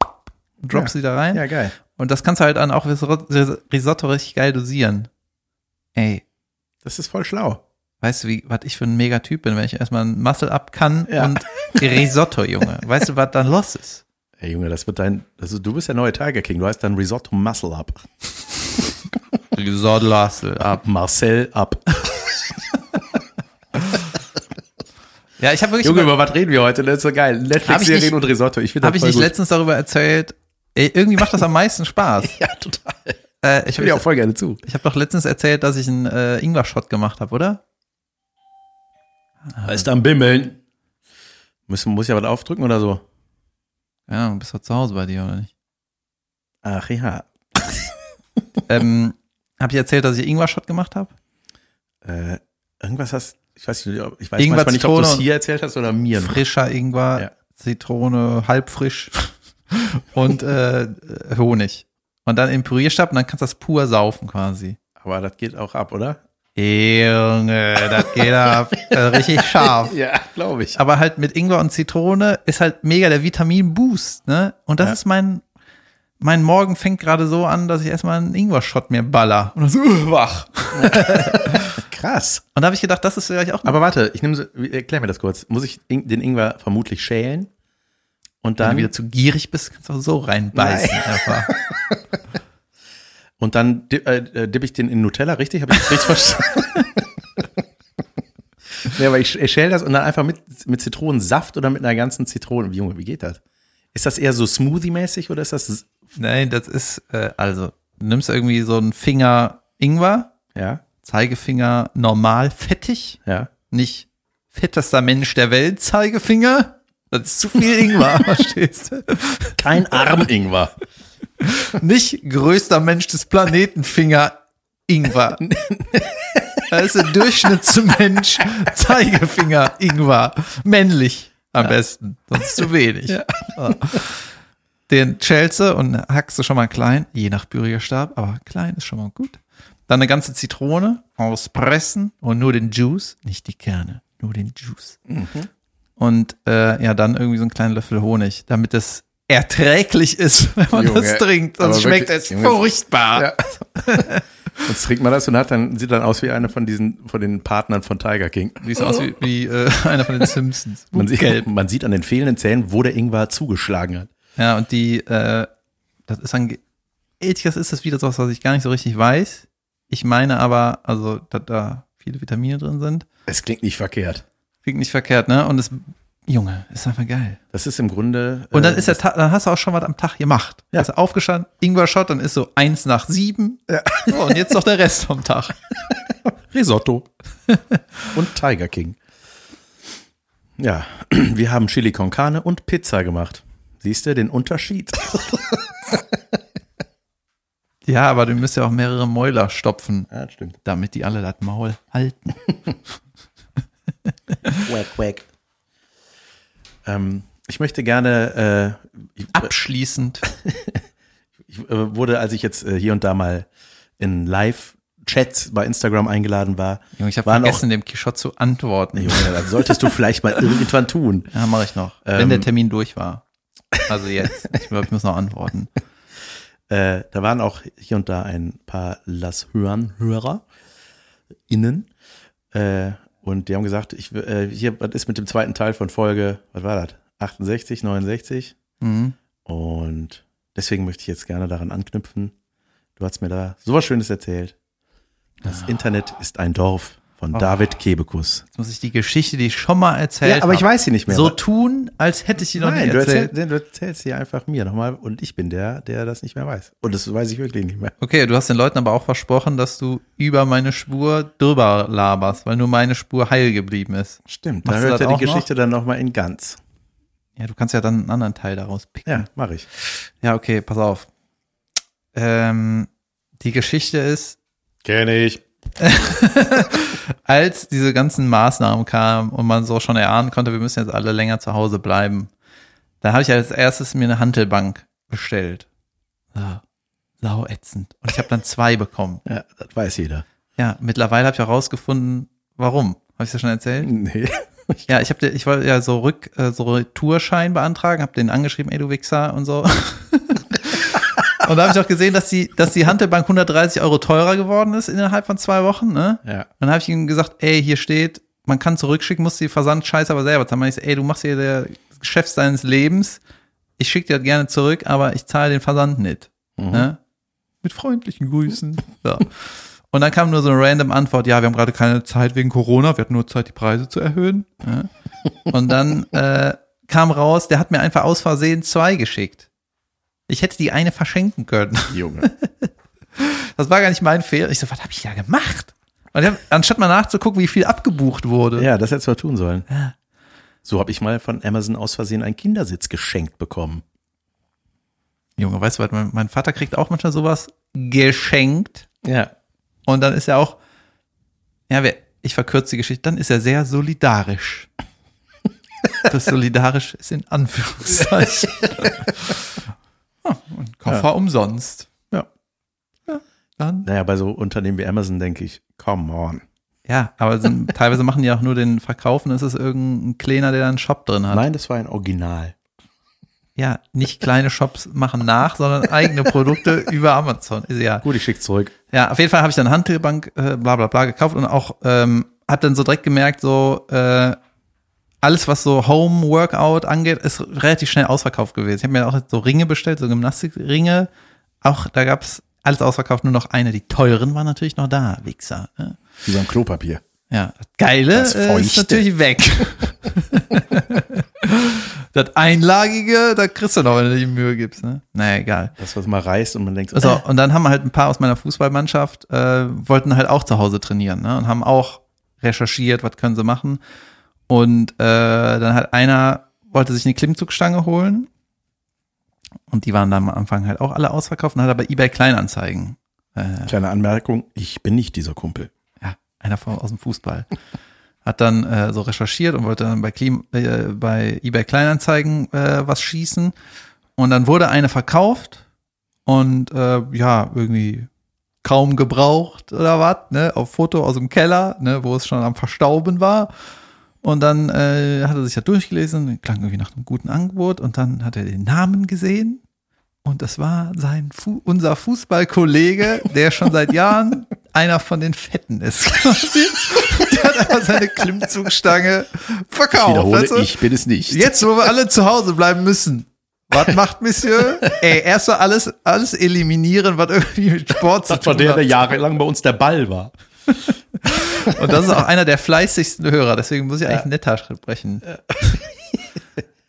Speaker 2: droppst die da rein.
Speaker 1: Ja, geil.
Speaker 2: Und das kannst du halt dann auch fürs Ro- Ris- Risotto richtig geil dosieren. Ey,
Speaker 1: Das ist voll schlau.
Speaker 2: weißt du, wie, was ich für ein Megatyp bin, wenn ich erstmal ein Muscle up kann
Speaker 1: Ja.
Speaker 2: und
Speaker 1: [LAUGHS]
Speaker 2: Risotto, Junge. Weißt du, was dann los ist?
Speaker 1: Ey, Junge, das wird dein. Also, du bist der neue Tiger King. Du heißt dann Risotto Muscle Up.
Speaker 2: Risotto up.
Speaker 1: Marcel Up.
Speaker 2: Ja, ich habe wirklich
Speaker 1: [LAUGHS] Junge,
Speaker 2: über-
Speaker 1: über was reden wir heute? Das ist so geil.
Speaker 2: nicht-
Speaker 1: Netflix-Serien und Risotto. Ich finde
Speaker 2: Habe
Speaker 1: das
Speaker 2: ich
Speaker 1: voll
Speaker 2: nicht
Speaker 1: gut.
Speaker 2: letztens darüber erzählt? Ey, irgendwie macht das am meisten Spaß.
Speaker 1: ja, total.
Speaker 2: Äh, ich
Speaker 1: Ich höre dir auch
Speaker 2: habe
Speaker 1: voll gerne zu.
Speaker 2: ich hab doch letztens erzählt, dass ich einen äh, Ingwer-Shot gemacht habe, oder?
Speaker 1: Ah, Ist am Bimmeln. Muss, muss ich aber aufdrücken oder so?
Speaker 2: Ja, du bist doch zu Hause bei dir, oder nicht?
Speaker 1: Ach ja.
Speaker 2: ähm, habe ich erzählt, dass ich Ingwer-Shot gemacht habe?
Speaker 1: Äh, irgendwas hast. Ich weiß nicht, ob- ich weiß
Speaker 2: Irgendwas
Speaker 1: manchmal nicht, ob du es
Speaker 2: Zitrone.
Speaker 1: hier erzählt hast oder mir.
Speaker 2: Frischer Ingwer,
Speaker 1: Ja.
Speaker 2: Zitrone, halbfrisch und äh, Honig. Und dann im Pürierstab und dann kannst du das pur saufen quasi.
Speaker 1: Aber das geht auch ab, oder?
Speaker 2: Junge, das geht
Speaker 1: [LAUGHS]
Speaker 2: ab. Äh, richtig scharf.
Speaker 1: Ja, glaube ich.
Speaker 2: aber halt mit Ingwer und Zitrone ist halt mega der Vitamin-Boost, ne? Und das
Speaker 1: Ja.
Speaker 2: ist mein, mein Morgen fängt gerade so an, dass ich erstmal einen Ingwer-Shot mir baller. Und dann so, uh, wach.
Speaker 1: Krass.
Speaker 2: Und da habe ich gedacht, das ist vielleicht auch
Speaker 1: Aber warte, ich nehme, so- wie- erklär mir das kurz. Muss ich in- den Ingwer vermutlich schälen und
Speaker 2: wenn du
Speaker 1: dann
Speaker 2: wieder zu gierig bist, kannst du auch so reinbeißen einfach.
Speaker 1: und dann di äh, äh, dippe ich den in Nutella, richtig? Habe ich das richtig verstanden?
Speaker 2: [LAUGHS]
Speaker 1: nee, aber ich, sch- ich schäle das und dann einfach mit, mit Zitronensaft oder mit einer ganzen Zitrone. Junge, wie geht das? Ist das eher so Smoothie-mäßig oder ist das s-
Speaker 2: [LAUGHS] Nein, das ist, äh, also, du nimmst irgendwie so einen Finger Ingwer,
Speaker 1: ja,
Speaker 2: Zeigefinger normal fettig,
Speaker 1: ja.
Speaker 2: nicht fettester Mensch der Welt, Zeigefinger. Das ist zu viel Ingwer, [LAUGHS] verstehst du?
Speaker 1: Kein Arm-Ingwer.
Speaker 2: Nicht größter Mensch des Planeten, Finger Ingwer. Da ist der Durchschnittsmensch, Zeigefinger Ingwer. Männlich am besten, sonst zu wenig. Ja. Den schälst du und hackst du schon mal klein, je nach Bürgerstab, aber klein ist schon mal gut. Dann eine ganze Zitrone auspressen und nur den Juice, nicht die Kerne, nur den Juice.
Speaker 1: Mhm.
Speaker 2: Und äh, ja, dann irgendwie so einen kleinen Löffel Honig, damit es erträglich ist, [LAUGHS] wenn man
Speaker 1: Junge,
Speaker 2: das trinkt. Sonst
Speaker 1: aber
Speaker 2: schmeckt
Speaker 1: wirklich,
Speaker 2: es
Speaker 1: Junge.
Speaker 2: furchtbar.
Speaker 1: Ja. Jetzt trinkt man das und hat dann sieht dann aus wie einer von diesen von den Partnern von Tiger King.
Speaker 2: Sieht aus wie, wie äh, [LAUGHS] einer von den Simpsons.
Speaker 1: Oh. [LAUGHS] Man sieht,
Speaker 2: Gelb.
Speaker 1: man sieht an den fehlenden Zähnen, wo der Ingwer zugeschlagen hat.
Speaker 2: Ja, und die, äh, das ist dann, das ist das wieder so was, was ich gar nicht so richtig weiß. Ich meine aber, also, dass da viele Vitamine drin sind.
Speaker 1: Es klingt nicht verkehrt.
Speaker 2: Klingt nicht verkehrt, ne? Und es, Junge, ist einfach geil.
Speaker 1: Das ist im Grunde.
Speaker 2: Und dann
Speaker 1: äh,
Speaker 2: ist der Tag, dann hast du auch schon was am Tag gemacht.
Speaker 1: Ja.
Speaker 2: Hast aufgestanden, Ingwer Shot, dann ist so eins nach sieben. [LAUGHS] So, und jetzt noch der Rest vom Tag.
Speaker 1: Risotto. [LAUGHS] und Tiger King. Ja, [CLEARS THROAT] wir haben Chili con Carne und Pizza gemacht. Siehst du den Unterschied?
Speaker 2: Ja, aber du müsst ja auch mehrere Mäuler stopfen,
Speaker 1: [LAUGHS] Ja, stimmt.
Speaker 2: damit die alle das Maul halten.
Speaker 1: Quack, quack. Ähm, ich möchte gerne, äh, ich,
Speaker 2: Abschließend.
Speaker 1: ich äh, wurde, als ich jetzt äh, hier und da mal in Live-Chats bei Instagram eingeladen [LAUGHS] war,
Speaker 2: Junge, ich habe
Speaker 1: Waren auch-
Speaker 2: vergessen, dem Quichotte zu antworten.
Speaker 1: Junge, das solltest du vielleicht mal irgendwann tun.
Speaker 2: Ja, mache ich noch. Wenn
Speaker 1: Ähm.
Speaker 2: der Termin durch war. Also jetzt. Ich glaube, ich muss noch antworten.
Speaker 1: Äh, da waren auch hier und da ein paar Las Hören-Hörer innen. Äh, und die haben gesagt, ich, w- äh, hier, was ist mit dem zweiten Teil von Folge, was war das? 68, 69?
Speaker 2: Mhm.
Speaker 1: Und deswegen möchte ich jetzt gerne daran Ah. anknüpfen. Du hast mir da sowas Schönes erzählt. Das Internet ist ein Dorf von David Kebekus.
Speaker 2: Jetzt muss ich die Geschichte, die ich schon mal erzählt
Speaker 1: Oh. Ja, aber ich
Speaker 2: hab,
Speaker 1: weiß sie nicht mehr.
Speaker 2: so tun, als hätte ich sie noch
Speaker 1: Nein,
Speaker 2: nicht
Speaker 1: du
Speaker 2: erzählt.
Speaker 1: erzählst, du erzählst sie einfach mir nochmal und ich bin der, der das nicht mehr weiß. Und das weiß ich wirklich nicht mehr.
Speaker 2: Okay, du hast den Leuten aber auch versprochen, dass du über meine Spur drüber laberst, weil nur meine Spur heil geblieben ist.
Speaker 1: Stimmt,
Speaker 2: Machst
Speaker 1: dann
Speaker 2: du
Speaker 1: hört
Speaker 2: das
Speaker 1: ihr die
Speaker 2: auch noch?
Speaker 1: Geschichte dann nochmal in ganz.
Speaker 2: Ja, du kannst ja dann einen anderen Teil daraus picken.
Speaker 1: Ja, mache ich.
Speaker 2: Ja, okay, pass auf. Ähm, die Geschichte ist,
Speaker 3: Kenne ich.
Speaker 2: als diese ganzen Maßnahmen kamen und man so schon erahnen konnte, wir müssen jetzt alle länger zu Hause bleiben, dann habe ich als erstes mir eine Hantelbank bestellt. Ja, sau ätzend. Und ich habe dann zwei bekommen.
Speaker 1: Ja, das weiß jeder.
Speaker 2: Ja, mittlerweile habe ich herausgefunden, warum. Habe ich das schon erzählt?
Speaker 1: [LAUGHS] Nee.
Speaker 2: Ja, ich habe ich wollte ja so rück äh, so Tourschein beantragen, habe den angeschrieben, ey du Wichser und so. [LAUGHS] und da habe ich auch gesehen, dass die dass die Handelbank 130 Euro teurer geworden ist innerhalb von zwei Wochen. Ne?
Speaker 1: Ja.
Speaker 2: Und dann habe ich ihm gesagt, ey hier steht, man kann zurückschicken, muss die Versandscheiße aber selber zahlen. Dann ich so, ey du machst hier der Chef seines Lebens, ich schicke dir das gerne zurück, aber ich zahle den Versand nicht. Ne? Mit freundlichen Grüßen. So. Und dann kam nur so eine random Antwort, ja, wir haben gerade keine Zeit wegen Corona, wir hatten nur Zeit, die Preise zu erhöhen. Ja. Und dann äh, kam raus, der hat mir einfach aus Versehen zwei geschickt. Ich hätte die eine verschenken können.
Speaker 1: Junge.
Speaker 2: Das war gar nicht mein Fehler. Ich so, was habe ich da gemacht? Und ich hab, anstatt mal nachzugucken, wie viel abgebucht wurde.
Speaker 1: [LAUGHS] Ja, das hättest du mal tun sollen. So habe ich mal von Amazon aus Versehen einen Kindersitz geschenkt bekommen.
Speaker 2: Junge, weißt du was, mein, mein Vater kriegt auch manchmal sowas geschenkt.
Speaker 1: Ja.
Speaker 2: Und dann ist er auch, ja, wer- ich verkürze die Geschichte, dann ist er sehr solidarisch. Das solidarisch ist in Anführungszeichen. Ah, und Koffer umsonst.
Speaker 1: Ja.
Speaker 2: Ja, Dann.
Speaker 1: Naja, bei so Unternehmen wie Amazon denke ich, come on.
Speaker 2: Ja, aber sind, teilweise machen die auch nur den Verkaufen, ist es irgendein Kleiner, der da einen Shop drin hat.
Speaker 1: Nein, das war ein Original.
Speaker 2: Ja, nicht kleine Shops machen nach, sondern eigene Produkte über Amazon. Ist ja
Speaker 1: Gut, ich schick's zurück.
Speaker 2: Ja, auf jeden Fall habe ich dann Handelbank, äh, bla bla bla gekauft und auch ähm, hab dann so direkt gemerkt, so äh, alles, was so Home Workout angeht, ist relativ schnell ausverkauft gewesen. Ich habe mir auch so Ringe bestellt, so Gymnastikringe. Auch da gab's alles ausverkauft, nur noch eine. Die teuren waren natürlich noch da, Wichser. Ne?
Speaker 3: Wie beim Klopapier.
Speaker 2: Ja, das Geile
Speaker 1: Das
Speaker 2: äh, ist
Speaker 1: Feuchte.
Speaker 2: natürlich weg.
Speaker 1: [LAUGHS]
Speaker 2: das Einlagige, da kriegst du noch, wenn du dir die Mühe gibst. Ne? Naja, egal.
Speaker 1: Das, was mal reißt und man denkt, so,
Speaker 2: So, und dann haben halt ein paar aus meiner Fußballmannschaft, äh, wollten halt auch zu Hause trainieren ne? und haben auch recherchiert, was können sie machen. Und äh, dann hat einer, wollte sich eine Klimmzugstange holen und die waren dann am Anfang halt auch alle ausverkauft und hat aber eBay Kleinanzeigen.
Speaker 1: äh, kleine Anmerkung, ich bin nicht dieser Kumpel.
Speaker 2: Ja, einer von, aus dem Fußball. Hat dann äh, so recherchiert und wollte dann bei, Klim, äh, bei eBay Kleinanzeigen äh, was schießen. Und dann wurde eine verkauft und äh, ja, irgendwie kaum gebraucht oder was, ne? Auf Foto aus dem Keller, ne, wo es schon am Verstauben war. Und dann äh, hat er sich das durchgelesen, klang irgendwie nach einem guten Angebot und dann hat er den Namen gesehen. Und das war sein Fu unser Fußballkollege, der schon seit Jahren einer von den Fetten ist. [LAUGHS] quasi. der hat einfach seine Klimmzugstange verkauft. weißt du?
Speaker 1: bin es nicht.
Speaker 2: Jetzt, wo wir alle zu Hause bleiben müssen. Was macht
Speaker 1: [LAUGHS]
Speaker 2: Monsieur? Ey, erstmal alles, alles eliminieren, was irgendwie mit Sport zu
Speaker 1: Das war
Speaker 2: tun
Speaker 1: der,
Speaker 2: hat.
Speaker 1: der jahrelang bei uns der Ball war.
Speaker 2: Und das ist auch einer der fleißigsten Hörer, deswegen muss ich eigentlich netter sprechen. [LAUGHS]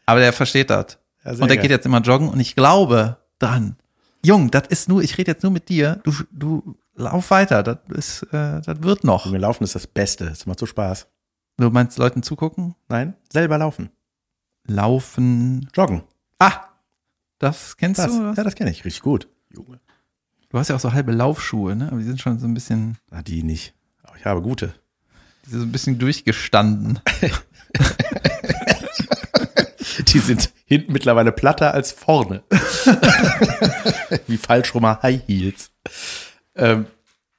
Speaker 2: Aber der versteht das.
Speaker 1: Ja, sehr
Speaker 2: und der
Speaker 1: geil.
Speaker 2: geht jetzt immer joggen und ich glaube dran. Jung, das ist nur, ich rede jetzt nur mit dir. Du, du lauf weiter, das ist, äh, das wird noch.
Speaker 1: Mir laufen ist das Beste. Es macht so Spaß.
Speaker 2: Du meinst Leuten zugucken?
Speaker 1: Nein, selber laufen.
Speaker 2: Laufen.
Speaker 1: Joggen.
Speaker 2: Ah! Das kennst
Speaker 1: Das,
Speaker 2: du? oder was?
Speaker 1: ja, das kenne ich. Richtig gut. Junge.
Speaker 2: Du hast ja auch so halbe Laufschuhe, ne? Aber die sind schon so ein bisschen,
Speaker 1: Na, die nicht. Aber ich habe gute.
Speaker 2: die sind so ein bisschen [LAUGHS] durchgestanden.
Speaker 1: Die sind [LAUGHS] hinten mittlerweile platter als vorne. [LAUGHS] Wie Fallschirmer High Heels. Ähm,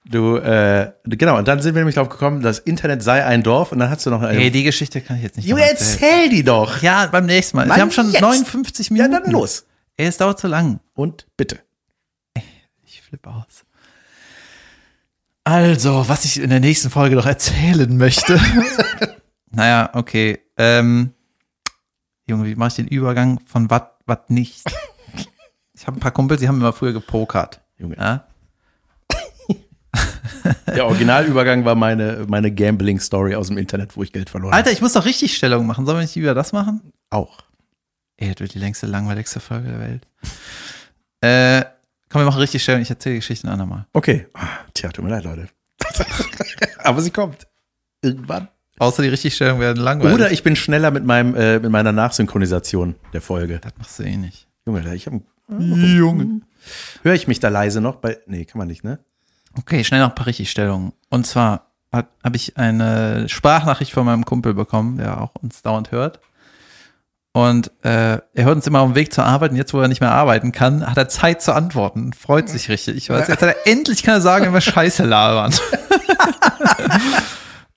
Speaker 1: du, äh, genau, und dann sind wir nämlich drauf gekommen, das Internet sei ein Dorf und dann hast du noch eine.
Speaker 2: Ey, die Geschichte kann ich jetzt nicht
Speaker 1: Junge,
Speaker 2: noch erzählen.
Speaker 1: erzähl die doch!
Speaker 2: Ja, beim nächsten Mal.
Speaker 1: Mann,
Speaker 2: Wir haben schon
Speaker 1: jetzt.
Speaker 2: 59
Speaker 1: Ja,
Speaker 2: Minuten.
Speaker 1: dann los.
Speaker 2: Ey, es dauert zu lang.
Speaker 1: Und bitte.
Speaker 2: Ich flippe aus. Also, was ich in der nächsten Folge noch erzählen möchte. [LAUGHS] naja, okay. Ähm, Junge, wie mache ich den Übergang von was, was nicht? Ich habe ein paar Kumpels, die haben immer früher gepokert.
Speaker 1: Junge.
Speaker 2: Ja?
Speaker 1: Der Originalübergang war meine, meine Gambling-Story aus dem Internet, wo ich Geld verloren
Speaker 2: Alter, ich muss doch richtig Stellung machen. Sollen wir nicht lieber das machen?
Speaker 1: habe. Auch.
Speaker 2: Ey, das wird die längste, langweiligste Folge der Welt. Äh, komm, wir machen richtig Stellung. Ich erzähle die Geschichte ein andermal.
Speaker 1: Okay. Ah, Tja, tut mir leid, Leute. [LAUGHS] Aber sie kommt. Irgendwann.
Speaker 2: Außer die Richtigstellung werden langweilig.
Speaker 1: Oder ich bin schneller mit, meinem, äh, mit meiner Nachsynchronisation der Folge.
Speaker 2: Das machst du eh nicht.
Speaker 1: Junge, da- ich habe Junge. Höre ich mich da leise noch? Bei, nee, kann man nicht, ne?
Speaker 2: Okay, schnell noch ein paar Richtigstellungen. um. Und zwar habe ich eine Sprachnachricht von meinem Kumpel bekommen, der auch uns dauernd hört. Und äh, er hört uns immer auf dem Weg zur Arbeit und jetzt, wo er nicht mehr arbeiten kann, hat er Zeit zu antworten und freut sich richtig. Ich weiß, jetzt hat er endlich kann er sagen, wenn wir Scheiße labern.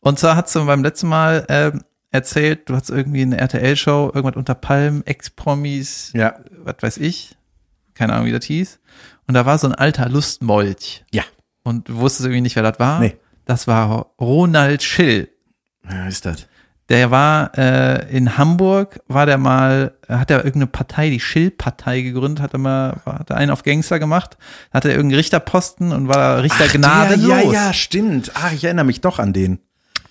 Speaker 2: und zwar hast du beim letzten Mal ähm, erzählt, du hast irgendwie eine RTL-Show, irgendwas unter Palmen, Ex-Promis,
Speaker 1: Ja.
Speaker 2: was weiß ich, keine Ahnung, wie das hieß. Und da war so ein alter Lustmolch.
Speaker 1: Ja.
Speaker 2: Und du wusstest irgendwie nicht, wer das war.
Speaker 1: Nee.
Speaker 2: Das war Ronald Schill.
Speaker 1: Ja, ist das?
Speaker 2: Der war äh, in Hamburg, war der mal, hat er irgendeine Partei, die Schill-Partei gegründet, hat er mal, war- hat er einen auf Gangster gemacht, hatte er irgendeinen Richterposten und war da Richter gnadenlos.
Speaker 1: Ja, ja, stimmt. Ach, ich erinnere mich doch an den.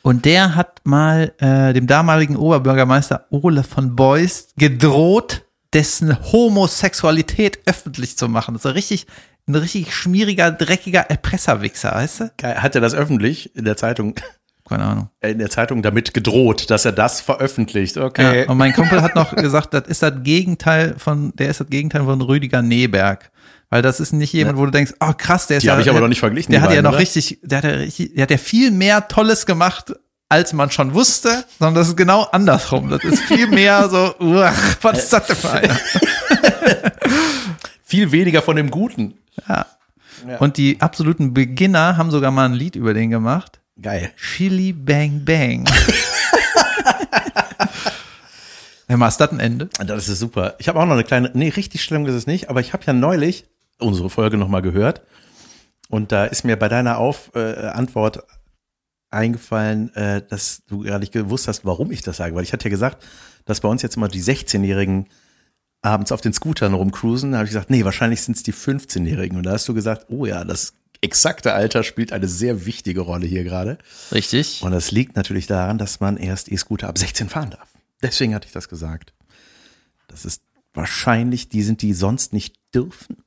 Speaker 2: Und der hat mal äh, dem damaligen Oberbürgermeister Ole von Beust gedroht, dessen Homosexualität öffentlich zu machen. Das ist ein richtig, ein richtig schmieriger, dreckiger Erpresserwichser, weißt du?
Speaker 1: Geil. Hat er das öffentlich in der Zeitung,
Speaker 2: Keine Ahnung.
Speaker 1: äh, in der Zeitung damit gedroht, dass er das veröffentlicht? Okay.
Speaker 2: Ja, und mein Kumpel hat noch gesagt, das ist das Gegenteil von, der ist das Gegenteil von Rüdiger Neberg. Weil das ist nicht jemand, wo du denkst, oh krass, der ist
Speaker 1: Die
Speaker 2: ja,
Speaker 1: habe ich aber
Speaker 2: der,
Speaker 1: noch nicht verglichen,
Speaker 2: Der
Speaker 1: die
Speaker 2: hat ja
Speaker 1: beiden,
Speaker 2: noch
Speaker 1: oder?
Speaker 2: richtig, der hat ja richtig, der hat ja viel mehr Tolles gemacht, als man schon wusste, sondern das ist genau andersrum. Das ist viel mehr so, [LAUGHS] uah, was ist das denn für einer?
Speaker 1: Viel weniger von dem Guten.
Speaker 2: Und die absoluten Beginner haben sogar mal ein Lied über den gemacht.
Speaker 1: Geil.
Speaker 2: Chili Bang
Speaker 1: [LAUGHS]
Speaker 2: Bang. Herr Maas, das ein Ende?
Speaker 1: Das ist super. Ich habe auch noch eine kleine, nee, richtig schlimm ist es nicht, aber ich habe ja neulich unsere Folge nochmal gehört und da ist mir bei deiner Auf, äh, Antwort eingefallen, äh, dass du gar nicht gewusst hast, warum ich das sage, weil ich hatte ja gesagt, dass bei uns jetzt immer die 16-Jährigen abends auf den Scootern rumcruisen, da habe ich gesagt, nee, wahrscheinlich sind es die 15-Jährigen und da hast du gesagt, oh ja, das exakte Alter spielt eine sehr wichtige Rolle hier gerade
Speaker 2: Richtig.
Speaker 1: und das liegt natürlich daran, dass man erst E-Scooter ab 16 fahren darf. Deswegen hatte ich das gesagt. Das ist wahrscheinlich, die sind, die sonst nicht dürfen.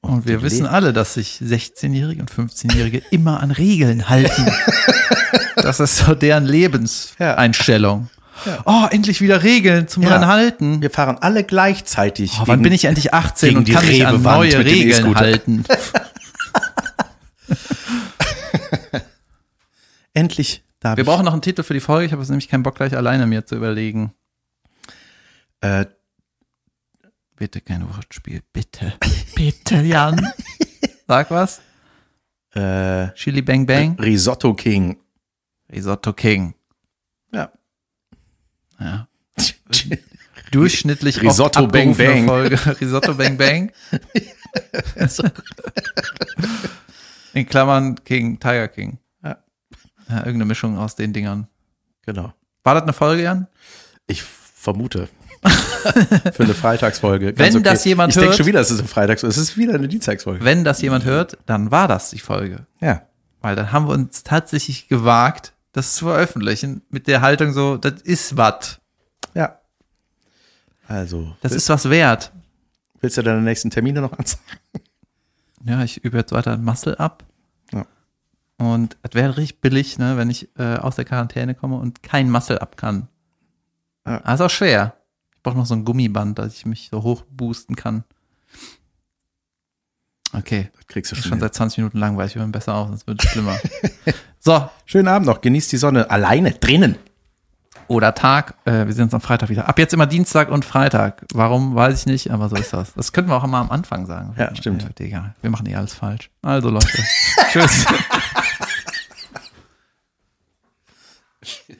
Speaker 2: Und wir
Speaker 1: die
Speaker 2: wissen
Speaker 1: le-
Speaker 2: alle, dass sich 16-Jährige und 15-Jährige immer an Regeln halten.
Speaker 1: [LAUGHS]
Speaker 2: Das ist so deren Lebenseinstellung. Oh, endlich wieder Regeln zum
Speaker 1: Ja.
Speaker 2: dran halten.
Speaker 1: Wir fahren alle gleichzeitig.
Speaker 2: Oh, wann
Speaker 1: gegen-
Speaker 2: bin ich endlich 18
Speaker 1: gegen
Speaker 2: und
Speaker 1: die
Speaker 2: kann mich an
Speaker 1: Rewe-Wand
Speaker 2: neue
Speaker 1: mit dem
Speaker 2: Regeln
Speaker 1: E-Scooter.
Speaker 2: halten?
Speaker 1: endlich darf
Speaker 2: Wir brauchen noch einen Titel für die Folge. Ich habe jetzt nämlich keinen Bock, gleich alleine mir zu überlegen.
Speaker 1: ich, äh,
Speaker 2: Bitte kein Wortspiel. Bitte. Bitte, Jan. Sag was.
Speaker 1: äh,
Speaker 2: Chili Bang Bang.
Speaker 1: Risotto King.
Speaker 2: Risotto King.
Speaker 1: Ja.
Speaker 2: [LAUGHS] Ja. durchschnittlich
Speaker 1: Risotto
Speaker 2: oft
Speaker 1: Bang
Speaker 2: abgerufene
Speaker 1: Bang.
Speaker 2: Folge. [LAUGHS] Risotto Bang Bang. In Klammern King, Tiger King.
Speaker 1: Ja.
Speaker 2: Ja, irgendeine Mischung aus den Dingern.
Speaker 1: genau.
Speaker 2: War das eine Folge, Jan?
Speaker 1: Ich vermute. Für eine Freitagsfolge.
Speaker 2: Wenn das jemand
Speaker 1: ich denke
Speaker 2: hört-
Speaker 1: schon wieder, es ist eine Freitags, es ist wieder eine Dienstagsfolge.
Speaker 2: Wenn das jemand hört, dann war das die Folge.
Speaker 1: Ja.
Speaker 2: Weil dann haben wir uns tatsächlich gewagt, das zu veröffentlichen mit der Haltung so, das ist was.
Speaker 1: Ja. Also,
Speaker 2: Das ist was wert.
Speaker 1: willst du deine nächsten Termine noch anzeigen?
Speaker 2: Ja, ich übe jetzt weiter Muscle ab.
Speaker 1: Ja.
Speaker 2: Und es wäre richtig billig, ne, wenn ich äh, aus der Quarantäne komme und kein Muscle ab kann.
Speaker 1: Ja.
Speaker 2: Aber ist auch schwer. Ich brauche noch so ein Gummiband, dass ich mich so hoch boosten kann. Okay,
Speaker 1: Das kriegst du
Speaker 2: ist
Speaker 1: schon.
Speaker 2: schon
Speaker 1: hin.
Speaker 2: seit 20 Minuten langweilig. Wir hören besser auf, sonst wird es
Speaker 1: [LAUGHS]
Speaker 2: schlimmer. so,
Speaker 1: Schönen Abend noch. Genießt die Sonne. Alleine. Drinnen.
Speaker 2: oder Tag. Äh, wir sehen uns am Freitag wieder. Ab jetzt immer Dienstag und Freitag. Warum, weiß ich nicht, aber so ist das. Das könnten wir auch immer am Anfang sagen.
Speaker 1: Ja, stimmt.
Speaker 2: Ja, egal. Wir machen eh alles falsch. Also,
Speaker 1: [LAUGHS]
Speaker 2: Leute. Tschüss.